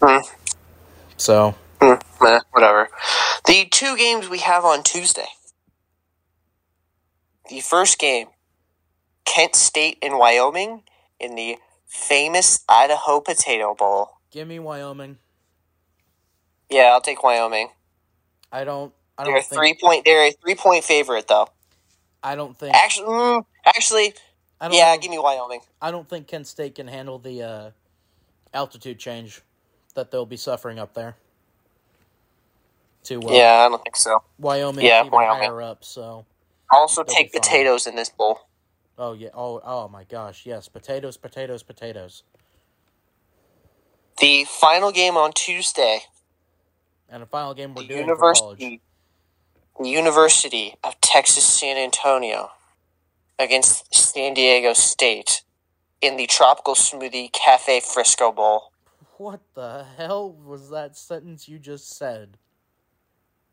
B: Mm.
A: So,
B: Hmm, eh, whatever. The two games we have on Tuesday. The first game Kent State and Wyoming in the famous Idaho Potato Bowl.
A: Give me Wyoming.
B: Yeah, I'll take Wyoming.
A: I don't. I
B: They're a
A: don't
B: three
A: think.
B: point. They're a three point favorite though.
A: I don't think.
B: Actually, mm, actually,
A: I don't
B: yeah,
A: think-
B: give me Wyoming.
A: I don't think Kent State can handle the uh, altitude change that they'll be suffering up there. To uh,
B: yeah, I don't think so.
A: Wyoming,
B: Yeah,
A: even
B: Wyoming.
A: higher up. So,
B: Also,
A: They'll
B: take
A: be fine.
B: potatoes in this bowl.
A: oh yeah, oh oh my gosh, yes, potatoes, potatoes, potatoes,
B: The final game on Tuesday.
A: and a final game we're
B: the
A: doing for college.
B: University, the University of Texas San Antonio against San Diego State in the Tropical Smoothie Cafe Frisco Bowl.
A: What the hell was that sentence you just said?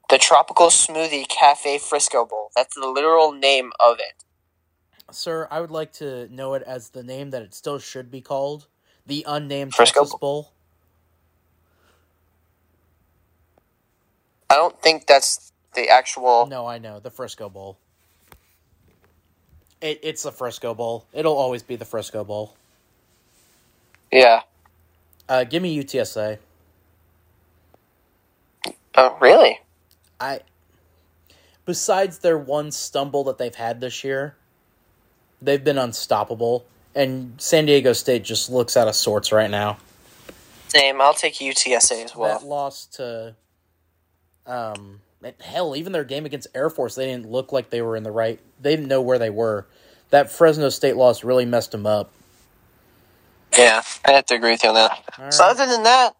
B: The Tropical Smoothie Cafe Frisco Bowl. That's the literal name of it.
A: Sir, I would like to know it as the name that it still should be called, the unnamed
B: Frisco
A: Texas Bowl.
B: I don't think that's the actual.
A: No, I know the Frisco Bowl. It, it's the Frisco Bowl. It'll always be the Frisco Bowl.
B: Yeah.
A: Uh, give me UTSA.
B: Oh, really?
A: I. Besides their one stumble that they've had this year, they've been unstoppable, and San Diego State just looks out of sorts right now.
B: Same. I'll take UTSA as
A: that
B: well.
A: loss to, um, and hell, even their game against Air Force, they didn't look like they were in the right. They didn't know where they were. That Fresno State loss really messed them up.
B: Yeah, I have to agree with you on that.
A: All
B: So,
A: right.
B: other than that,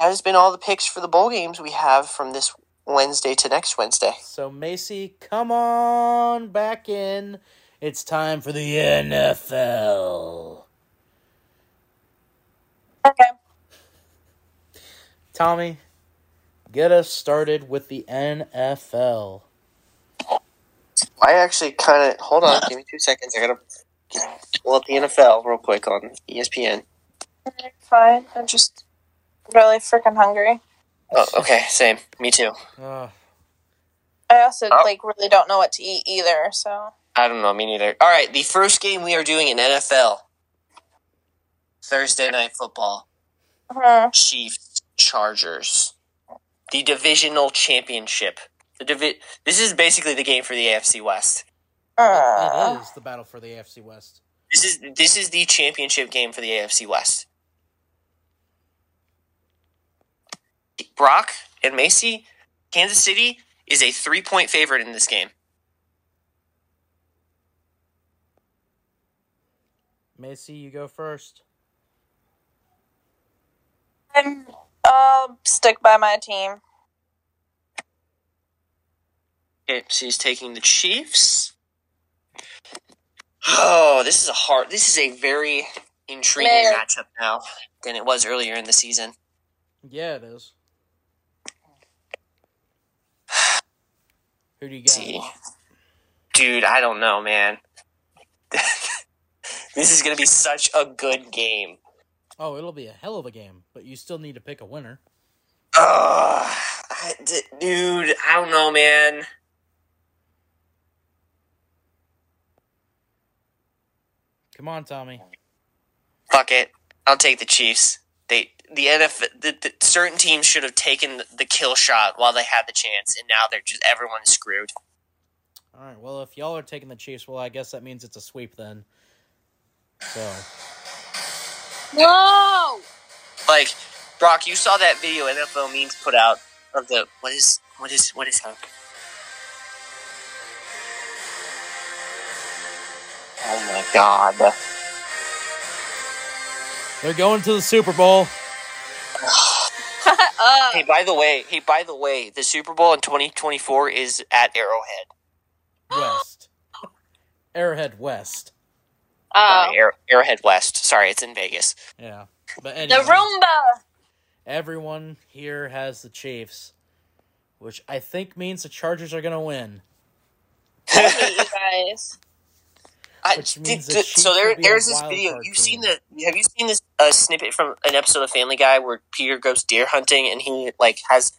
B: that has been all the picks for the bowl games we have from this Wednesday to next Wednesday.
A: So Macy, come on back in. It's time for the NFL.
C: Okay.
A: Tommy, get us started with the NFL.
B: I actually kind of hold on. Give me two seconds. I gotta pull up the NFL real quick on E ESPN.
C: Fine. I'm just really freaking hungry.
B: Oh, okay, same. Me too.
A: Ugh.
C: I also
B: Oh.
C: like really don't know what to eat either. So
B: I don't know. Me neither. All right, the first game we are doing in NFL Thursday night football:
C: Mhm.
B: Chiefs Chargers, the divisional championship. The divi- This is basically the game for the AFC West.
A: It
C: Uh,
A: is the battle for the AFC West.
B: This is this is the championship game for the AFC West. Brock and Macy, Kansas City is a three point favorite in this game.
A: Macy, you go first.
C: I'm, I'll stick by my team.
B: Okay, she's taking the Chiefs. Oh, this is a hard. This is a very intriguing
C: Mayor.
B: matchup now than it was earlier in the season.
A: Yeah, it is. Who do you got?
B: See. Dude, I don't know, man. this is gonna be such a good game.
A: Oh, it'll be a hell of a game, but you still need to pick a winner.
B: Ugh, I d- dude, I don't know, man.
A: Come on, Tommy.
B: Fuck it. I'll take the Chiefs. They, the NFL, the, the, certain teams should have taken the, the kill shot while they had the chance, and now they're just everyone's screwed.
A: All right. Well, if y'all are taking the Chiefs, well, I guess that means it's a sweep then. So
C: No.
B: Like, Brock, you saw that video NFL memes put out of the what is what is what is happening? Oh my god.
A: they're going to the Super Bowl.
B: Hey, by the way, hey, by the way, the Super Bowl in 2024 is at Arrowhead.
A: West. Airhead West.
C: Uh,
B: Sorry, Arrow- Arrowhead West. Sorry, it's in Vegas.
A: Yeah. But
C: the
A: anyway,
C: Roomba.
A: everyone here has the Chiefs, which I think means the Chargers are going to win.
C: I hate you guys.
B: I-
A: Which
B: did-
A: means the
B: did- so
A: Chiefs
B: there,
A: would be a
B: there's this
A: wild
B: video.
A: card
B: You've
A: team.
B: seen the? Have you seen this uh, snippet from an episode of Family Guy where Peter goes deer hunting and he like has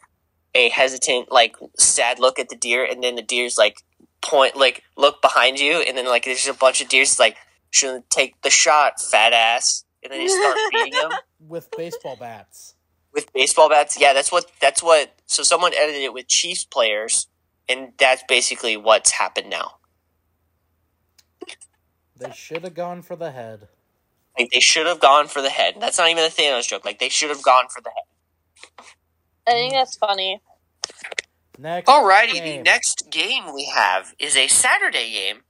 B: a hesitant, like sad look at the deer, and then the deer's like point, like look behind you, and then like there's a bunch of deers like shouldn't take the shot, fat ass. And then they start beating him
A: with baseball bats.
B: with baseball bats. Yeah, that's what that's what. So someone edited it with Chiefs players, and that's basically what's happened now.
A: They should have gone for the head.
B: Like they should have gone for the head. That's not even a Thanos joke. Like they should have gone for the head.
C: I think that's funny.
A: Next.
B: Alrighty, the
A: game.
B: next game we have is a Saturday game.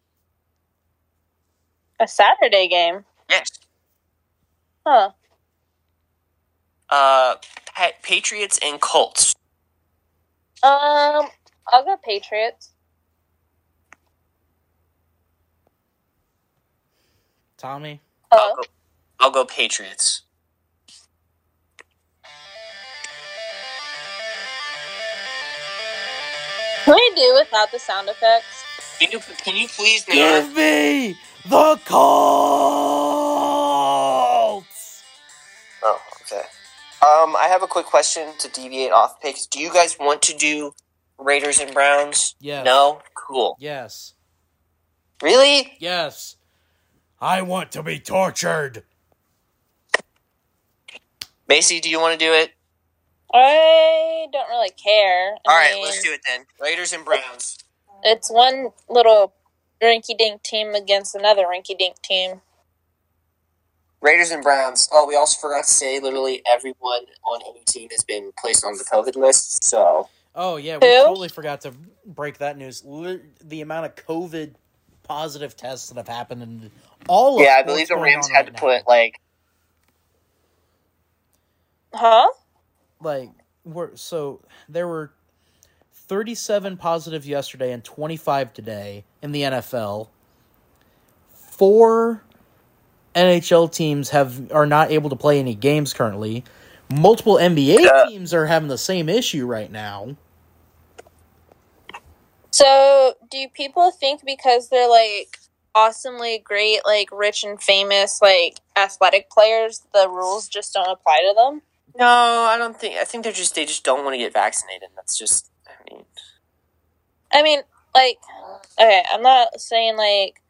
C: A Saturday game,
B: Yes.
C: huh?
B: Uh, Pa- Patriots and Colts.
C: Um, I'll go Patriots.
A: Tommy.
C: Hello?
B: I'll go, I'll go Patriots.
C: Can we do without the sound effects?
B: Can you can you please
A: Give me the Colts.
B: Oh, okay. Um, I have a quick question to deviate off picks. Do you guys want to do Raiders and Browns?
A: Yes.
B: No. Cool.
A: Yes.
B: Really?
A: Yes. I want to be tortured.
B: Macy, do you want to do it?
C: I don't really care. I
B: All right,
C: mean,
B: let's do it then. Raiders and Browns.
C: It's one little rinky dink team against another rinky dink team.
B: Raiders and Browns. Oh, we also forgot to say literally everyone on any team has been placed on the COVID list. So
A: Oh yeah, we
C: Who?
A: totally forgot to break that news. Li- The amount of COVID positive tests that have happened in all of
B: yeah, I
A: sports
B: believe the
A: going
B: Rams
A: on
B: had to
A: right now.
B: put like
C: Huh?
A: like we're so there were 37 positive yesterday and 25 today in the NFL. Four NHL teams have are not able to play any games currently. Multiple NBA
B: Yeah.
A: teams are having the same issue right now.
C: So, do people think because they're like awesomely great, like rich and famous, like athletic players, the rules just don't apply to them?
B: No, I don't think I think they're just they just don't want to get vaccinated. That's just I mean
C: I mean, like, okay, I'm not saying like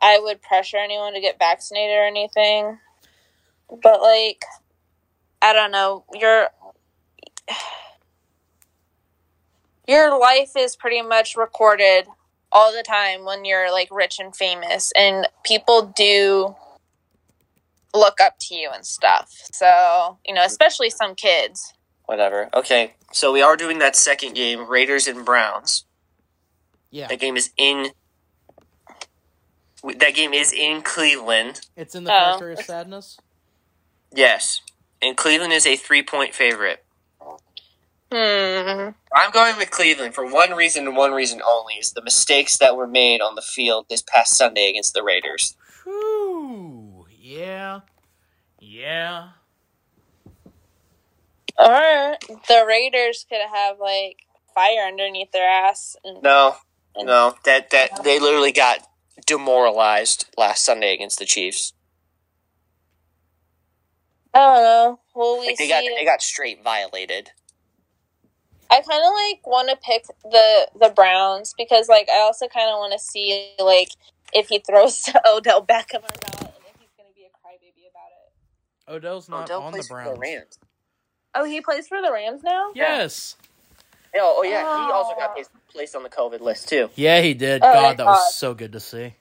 C: I would pressure anyone to get vaccinated or anything, but like, I don't know, your your life is pretty much recorded all the time when you're like rich and famous, and people do look up to you and stuff. So you know, especially some kids.
B: whatever. Okay, so we are doing that second game, Raiders and Browns.
A: Yeah,
B: That game is in. That game is in Cleveland.
A: it's in the
C: Oh.
A: factory of sadness.
B: Yes, and Cleveland is a three-point favorite.
C: Hmm.
B: I'm going with Cleveland for one reason and one reason only: is the mistakes that were made on the field this past Sunday against the Raiders.
A: Whew. Yeah. Yeah.
C: Or the Raiders could have like fire underneath their ass. And
B: No, no, that that they literally got demoralized last Sunday against the Chiefs.
C: I don't know. Will we
B: Like, they
C: see?
B: got they got straight violated.
C: I kind of like want to pick the the Browns because like I also kind of want to see like if he throws to Odell Beckham or not, and if he's gonna be a crybaby about it.
A: Odell's not on the Browns.
C: Oh, he plays for the Rams now.
A: Yes.
B: Oh, oh, yeah, he also
C: Oh.
B: got placed, placed on the COVID list too.
A: Yeah, he did.
C: Oh,
A: God,
C: thank
A: that was
C: God.
A: so good to see.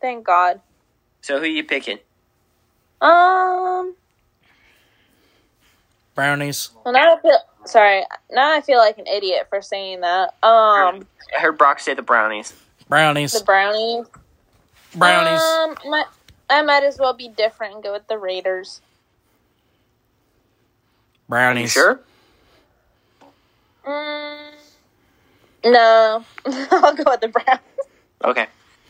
C: Thank God.
B: So who are you picking?
C: Um.
A: Brownies.
C: Well, now I feel sorry. Now I feel like an idiot for saying that. Um,
B: I heard Brock say the brownies.
A: Brownies.
C: the brownies.
A: Brownies.
C: Um, my, I might as well be different and go with the Raiders.
A: Brownies.
C: Mm, no, I'll go with the Browns.
B: Okay,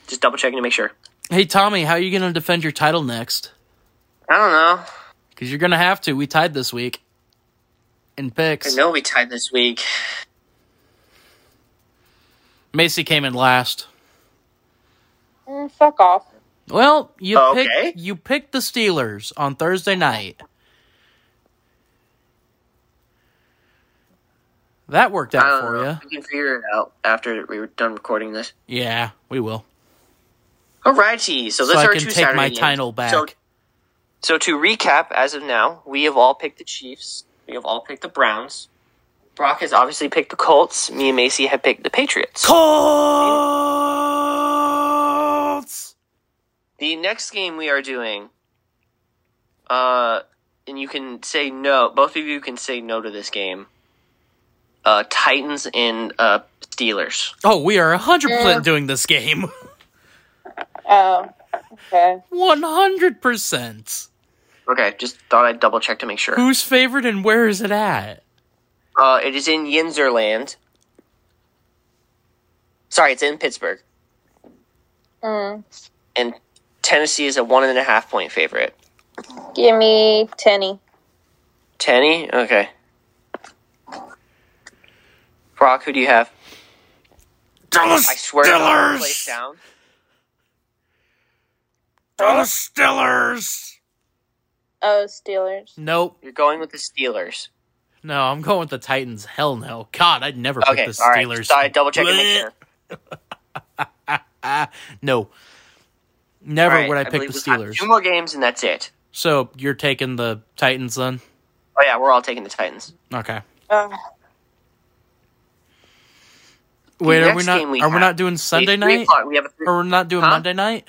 B: just double checking to make sure.
A: Hey Tommy, how are you going to defend your title next?
B: I don't know.
A: Because you're going to have to. We tied this week in
B: I
A: picks.
B: know we tied this week.
A: Macy came in last.
C: Mm, fuck off.
A: Well, you
B: Oh, Okay.
A: picked you picked the Steelers on Thursday night. That worked
B: I
A: out
B: don't
A: for
B: know. We can figure it out after we were done recording this.
A: you. Yeah, we will.
B: Alrighty, so
A: so
B: those
A: I
B: are
A: can
B: two
A: take
B: Saturday
A: my
B: games.
A: title back.
B: So, so to recap, as of now, we have all picked the Chiefs. We have all picked the Browns. Brock has obviously picked the Colts. Me and Macy have picked the Patriots.
A: Colts.
B: The next game we are doing, uh, and you can say no. Both of you can say no to this game. Uh, Titans and uh, Steelers.
A: Oh, we are hundred
C: Yeah.
A: percent doing this game.
C: Oh, okay.
A: One hundred percent.
B: Okay, just thought I'd double check to make sure.
A: Who's favored and where is it at?
B: Uh, it is in Yinzerland. Sorry, it's in Pittsburgh,
C: Mm.
B: and Tennessee is a one and a half point favorite.
C: Give me Tenny.
B: Tenny, okay. Brock, who do you have?
A: Dallas
B: I swear, to God, place down.
A: Dallas Steelers.
C: Oh, Steelers.
A: Nope.
B: You're going with the Steelers.
A: No, I'm going with the Titans. Hell no. God, I'd never
B: Okay,
A: pick the
B: all right.
A: Steelers.
B: Sorry, double check and make sure.
A: Ah, no. Never
B: All right,
A: would I,
B: believe
A: pick the
B: we have
A: Steelers.
B: Two more games and that's it.
A: So you're taking the Titans then?
B: Oh yeah, we're all taking the Titans.
A: Okay.
C: Oh,
A: Wait, are we
B: next
A: not?
B: game we
A: are we
B: have-
A: not doing
B: We-
A: Sunday
B: three
A: night?
B: o'clock, We have a three,
A: Or we're not doing
B: Huh?
A: Monday night?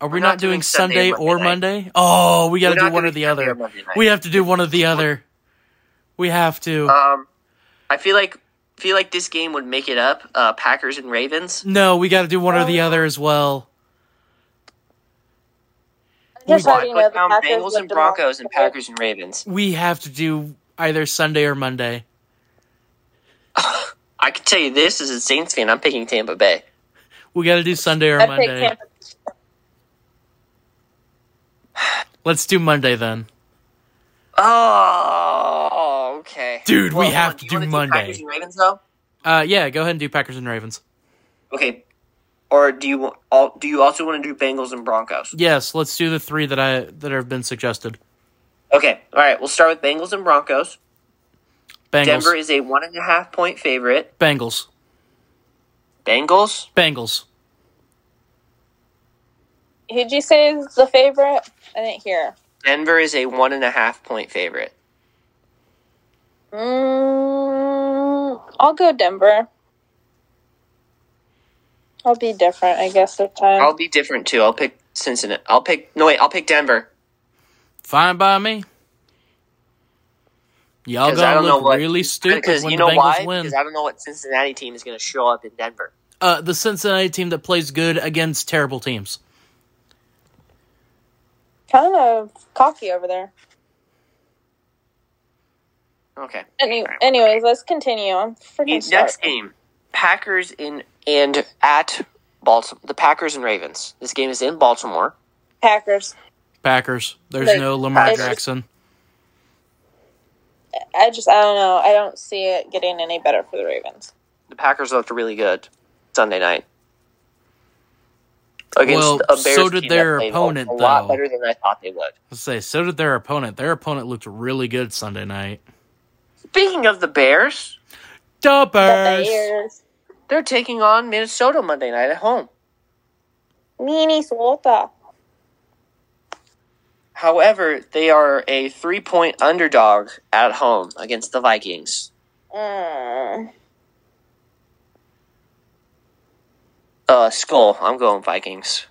A: Are we
B: We're
A: not, doing, Sunday,
B: or
A: or
B: Monday
A: Monday? Oh, we got
B: we're
A: to do
B: not
A: one or
B: doing
A: the
B: Sunday
A: other.
B: or Monday night.
A: we have to do one or the other. We have to.
B: um, I feel like feel like this game would make it up. Uh, Packers and Ravens.
A: no, we got to do one or
B: Oh.
A: the other as well.
C: I just
A: We-
C: already
B: Put
C: know the
B: down
C: Packers
B: um, Bengals
C: would
B: and Broncos
C: demolish
B: and
C: the Bills.
B: Packers and Ravens.
A: We have to do either Sunday or Monday.
B: I can tell you this as a Saints fan, I'm picking Tampa Bay.
A: We got to do Sunday or
C: I'd pick
A: Monday.
C: Tampa.
A: Let's do Monday then.
B: Oh, okay,
A: Dude, we have
B: hold on,
A: to
B: you
A: do
B: wanna
A: Monday.
B: Packers and Ravens though.
A: Uh, yeah, go ahead and do Packers and Ravens.
B: Okay, or do you all do you also want to do Bengals and Broncos?
A: Yes, let's do the three that I that have been suggested.
B: Okay, all right. We'll start with Bengals and Broncos.
A: Bengals,
B: Denver is a one and a half point favorite.
A: Bengals,
B: Bengals.
A: Bengals.
C: Who'd you say is the favorite? I didn't hear.
B: Denver is a one and a half point favorite.
C: Mm, I'll go Denver. I'll be different, I guess, this time.
B: I'll be different too. I'll pick Cincinnati. I'll pick no wait. I'll pick Denver.
A: Fine by me. Y'all
B: 'Cause
A: gonna
B: I don't
A: look
B: know what-
A: really stupid
B: because
A: when
B: you
A: the
B: know
A: Bengals
B: why?
A: win.
B: Because I don't know what Cincinnati team is going to show up in Denver.
A: Uh, the Cincinnati team that plays good against terrible teams.
C: kind of cocky over there.
B: Okay.
C: Any- anyways, let's continue. I'm
B: The
C: freaking sorry.
B: next game, Packers in and at Baltimore. The Packers and Ravens. This game is in Baltimore.
C: Packers.
A: Packers. There's
C: Like,
A: no Lamar
C: Packers.
A: Jackson.
C: I just, I don't know. I don't see it getting any better for the Ravens.
B: The Packers looked really good Sunday night. Against
A: Well,
B: a Bears
A: so did
B: team that
A: their
B: played
A: opponent,
B: a, a lot
A: though.
B: better than I thought they would.
A: Let's say so did their opponent. Their opponent looked really good Sunday night.
B: Speaking of the Bears,
C: But the
A: Dubbers.
C: ears.
B: They're taking on Minnesota Monday night at home.
C: Minnesota.
B: However, they are a three point underdog at home against the Vikings.
C: Mm.
B: Uh, Skull, I'm going Vikings.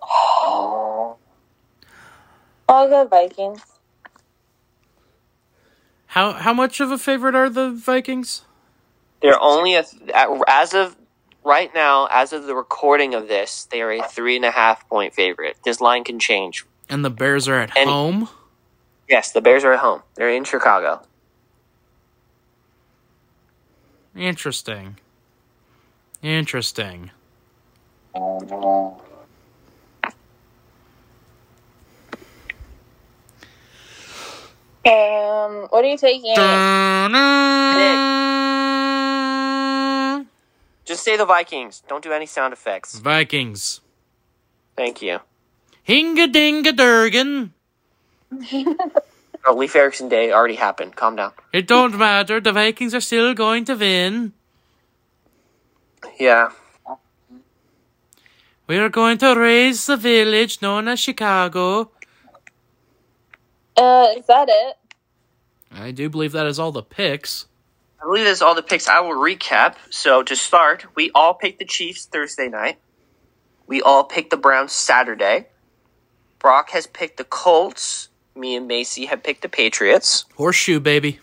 B: Oh.
C: I'll go Vikings.
A: How how much of a favorite are the Vikings?
B: They're only a, as of right now, as of the recording of this, they are a three and a half point favorite. This line can change.
A: And the Bears are at
B: Any-
A: home.
B: Yes, the Bears are at home. They're in Chicago.
A: Interesting. Interesting.
C: Um, what are you taking?
B: Just say the Vikings. Don't do any sound
A: Mm-hmm.
B: effects.
A: Vikings.
B: Thank you.
A: Hinga dinga durgan.
B: Oh, Leif Erickson Day already happened. Calm down.
A: It don't matter. The Vikings are still going to win.
B: Yeah.
A: We are going to raise the village known as Chicago.
C: Uh, is that it?
A: I do believe that is all the picks.
B: I believe that's all the picks. I will recap. So to start, we all picked the Chiefs Thursday night. We all picked the Browns Saturday. Brock has picked the Colts. Me and Macy have picked the Patriots.
A: Horseshoe, baby.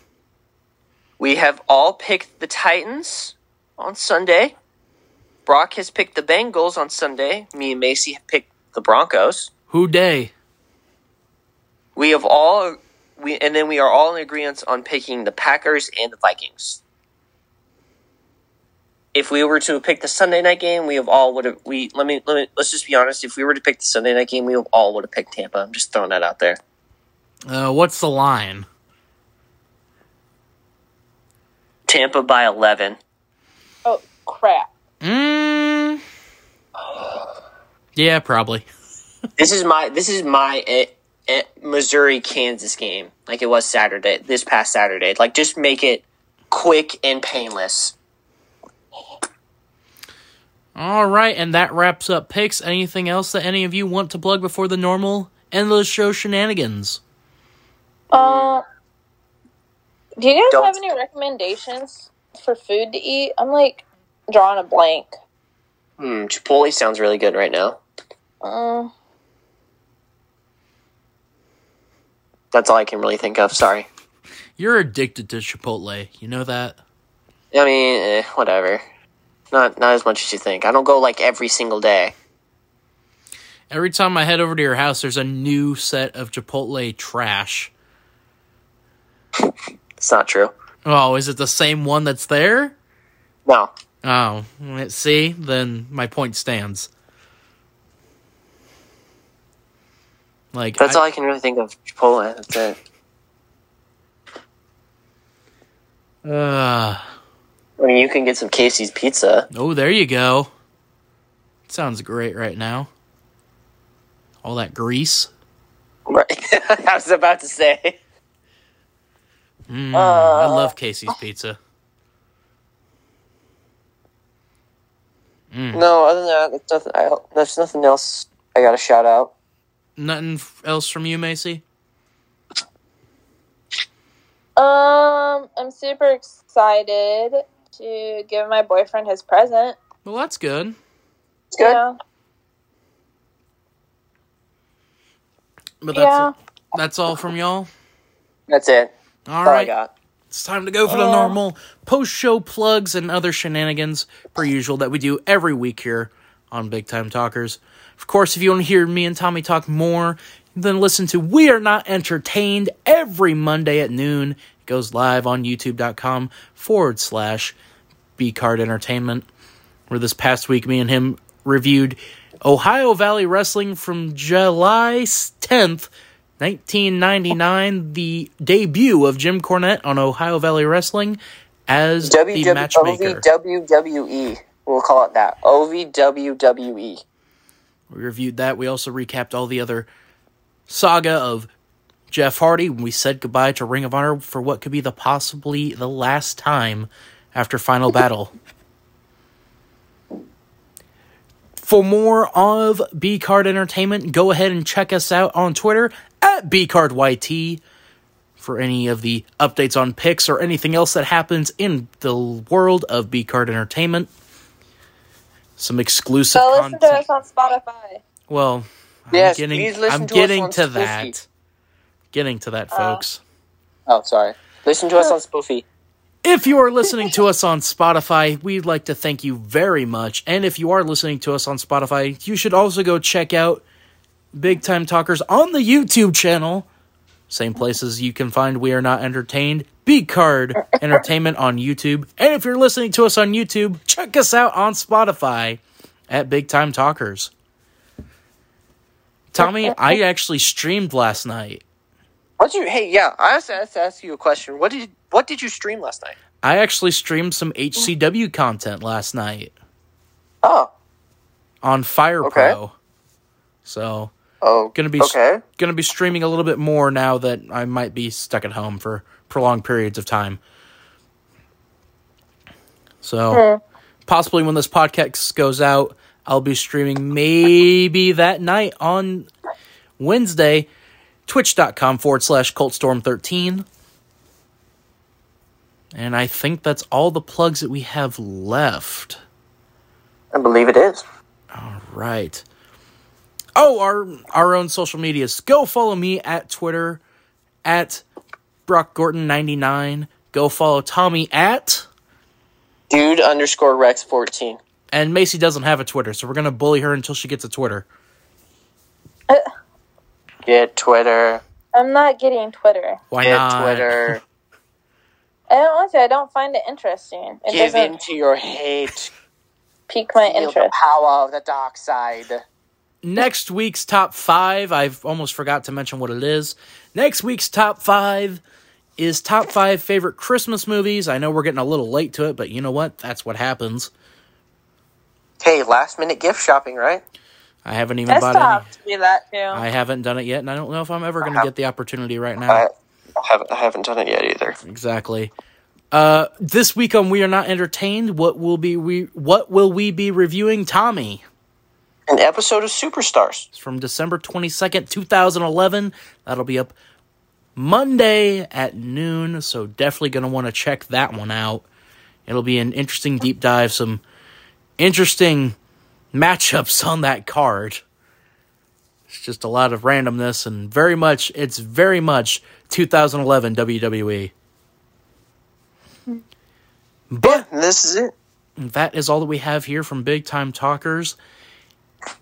B: We have all picked the Titans on Sunday. Brock has picked the Bengals on Sunday. Me and Macy have picked the Broncos.
A: Who day?
B: We have all we and then we are all in agreement on picking the Packers and the Vikings. If we were to pick the Sunday night game, we have all would have we let me let me let's just be honest. If we were to pick the Sunday night game, we have all would have picked Tampa. I'm just throwing that out there.
A: Uh, what's the line?
B: Tampa by eleven.
C: Oh crap!
A: Mm. Yeah, probably.
B: This is my this is my eh, eh, Missouri Kansas game, like it was Saturday this past Saturday. Like just make it quick and painless.
A: All right, and that wraps up picks. Anything else that any of you want to plug before the normal endless show shenanigans?
C: Uh, do you guys
B: Don't-
C: have any recommendations for food to eat? I'm like drawing a blank.
B: Hmm, Chipotle sounds really good right now.
C: Uh,
B: That's all I can really think of. Sorry.
A: You're addicted to Chipotle. You know that?
B: I mean, eh, whatever. Not not as much as you think. I don't go like every single day.
A: Every time I head over to your house, there's a new set of Chipotle trash.
B: It's not true.
A: Oh, is it the same one that's there?
B: No.
A: Oh, see, then my point stands. Like
B: That's
A: I-
B: all I can really think of. Chipotle. That's it.
A: Uh,
B: I mean, you can get some Casey's pizza.
A: oh, there you go. Sounds great right now. All that grease.
B: Right. I was about to say.
A: Mm, I love Casey's pizza.
B: No, other than that, it's nothing. I, there's nothing else. I got to shout out.
A: Nothing f- else from you, Macy?
C: um, I'm super excited to give my boyfriend his present.
A: Well, that's good.
B: It's good.
C: Yeah.
A: But that's
C: yeah.
A: that's all from y'all.
B: That's it.
A: All
B: All I
A: right,
B: got.
A: it's time to go for the
C: Uh.
A: normal post-show plugs and other shenanigans per usual that we do every week here on Big Time Talkers. Of course, if you want to hear me and Tommy talk more, then listen to We Are Not Entertained every Monday at noon. It goes live on youtube.com forward slash B Card Entertainment, where this past week me and him reviewed Ohio Valley Wrestling from July 10th, 1999, the debut of Jim Cornette on Ohio Valley Wrestling as the
B: WW-
A: matchmaker.
B: OVWWE. E. We'll call it that. OVWWE.
A: We reviewed that. We also recapped all the other saga of Jeff Hardy. We said goodbye to Ring of Honor for what could be the possibly the last time after Final Battle. For more of B Card Entertainment, go ahead and check us out on Twitter at BCardYT for any of the updates on picks or anything else that happens in the world of B Card Entertainment. Some exclusive
C: So listen
A: content.
C: to us on Spotify.
A: Well,
B: Yes,
A: I'm
B: please
A: getting,
B: listen
A: I'm
B: to us
A: getting
B: on Uh,
A: to
B: Spoofy.
A: that. Getting to that, folks.
B: Oh, sorry. Listen to us on Spoofy.
A: If you are listening to us on Spotify, we'd like to thank you very much. And if you are listening to us on Spotify, you should also go check out Big Time Talkers on the YouTube channel. Same places you can find We Are Not Entertained, B Card Entertainment on YouTube. And if you're listening to us on YouTube, check us out on Spotify at Big Time Talkers. Tommy, I actually streamed last night.
B: What you? Hey, yeah. I have to ask, ask you a question. What did What did you stream last night?
A: I actually streamed some HCW content last night
B: Oh.
A: on Fire
B: Okay.
A: Pro. So
B: Oh.
A: gonna be
B: Okay.
A: gonna be streaming a little bit more now that I might be stuck at home for prolonged periods of time. So possibly when this podcast goes out, I'll be streaming maybe that night on Wednesday, twitch.com forward slash coltstorm13. And I think that's all the plugs that we have left.
B: I believe it is.
A: All right. Oh, our our own social medias. Go follow me at Twitter at Brock Gorton 99. Go follow Tommy at
B: Dude underscore Rex fourteen.
A: and Macy doesn't have a Twitter, so we're gonna bully her until she gets a Twitter.
B: Get Twitter.
C: I'm not getting Twitter.
A: Why
B: Get
A: not?
B: Twitter.
C: I don't want to. I don't find it interesting. It
B: Give in
C: doesn't
B: to your hate.
C: pique my
B: Feel the
C: interest.
B: power of the dark side.
A: Next week's top five. I've almost forgot to mention what it is. Next week's top five is top five favorite Christmas movies. I know we're getting a little late to it, but you know what? That's what happens.
B: Hey, last minute gift shopping, right?
A: I haven't even
C: I
A: bought any.
C: stopped to be that too.
A: I haven't done it yet, and I don't know if I'm ever going to
B: Uh-huh.
A: get the opportunity right now.
B: I I haven't I haven't done it yet either.
A: Exactly. Uh, this week on We Are Not Entertained, what will be we what will we be reviewing? Tommy.
B: An episode of Superstars.
A: It's from December twenty second, two thousand eleven. That'll be up Monday at noon. So definitely gonna want to check that one out. It'll be an interesting deep dive. Some interesting matchups on that card. It's just a lot of randomness and very much. It's very much 2011 WWE. But
B: And this is it.
A: that is all that we have here from Big Time Talkers.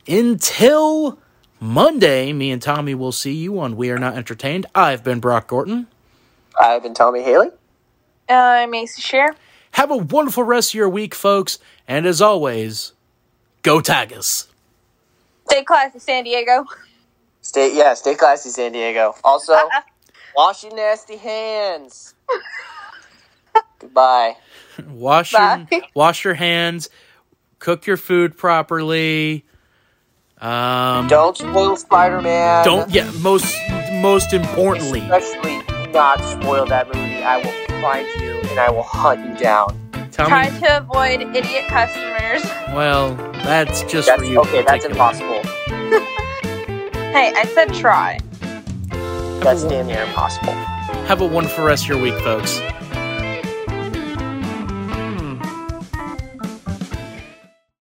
A: Until Monday, me and Tommy will see you on We Are Not Entertained. I've been Brock Gorton.
B: I've been Tommy Haley.
C: Uh, Macy Shear.
A: Have a wonderful rest of your week, folks. And as always, go Tigers.
C: Stay classy, San Diego.
B: Stay yeah, stay classy, San Diego. Also, wash your nasty hands. Goodbye.
A: Wash your
C: Bye.
A: wash your hands. Cook your food properly. Um,
B: Don't spoil Spider Man.
A: don't yeah. Most most importantly,
B: Especially do not spoil that movie. I will find you and I will hunt you down.
A: Tommy.
C: Try to avoid idiot customers.
A: Well, that's just
B: That's
A: for you.
B: okay. That's
A: particular.
B: impossible.
C: Hey, I said try.
B: That's damn near impossible.
A: Have a wonderful rest of your week, folks.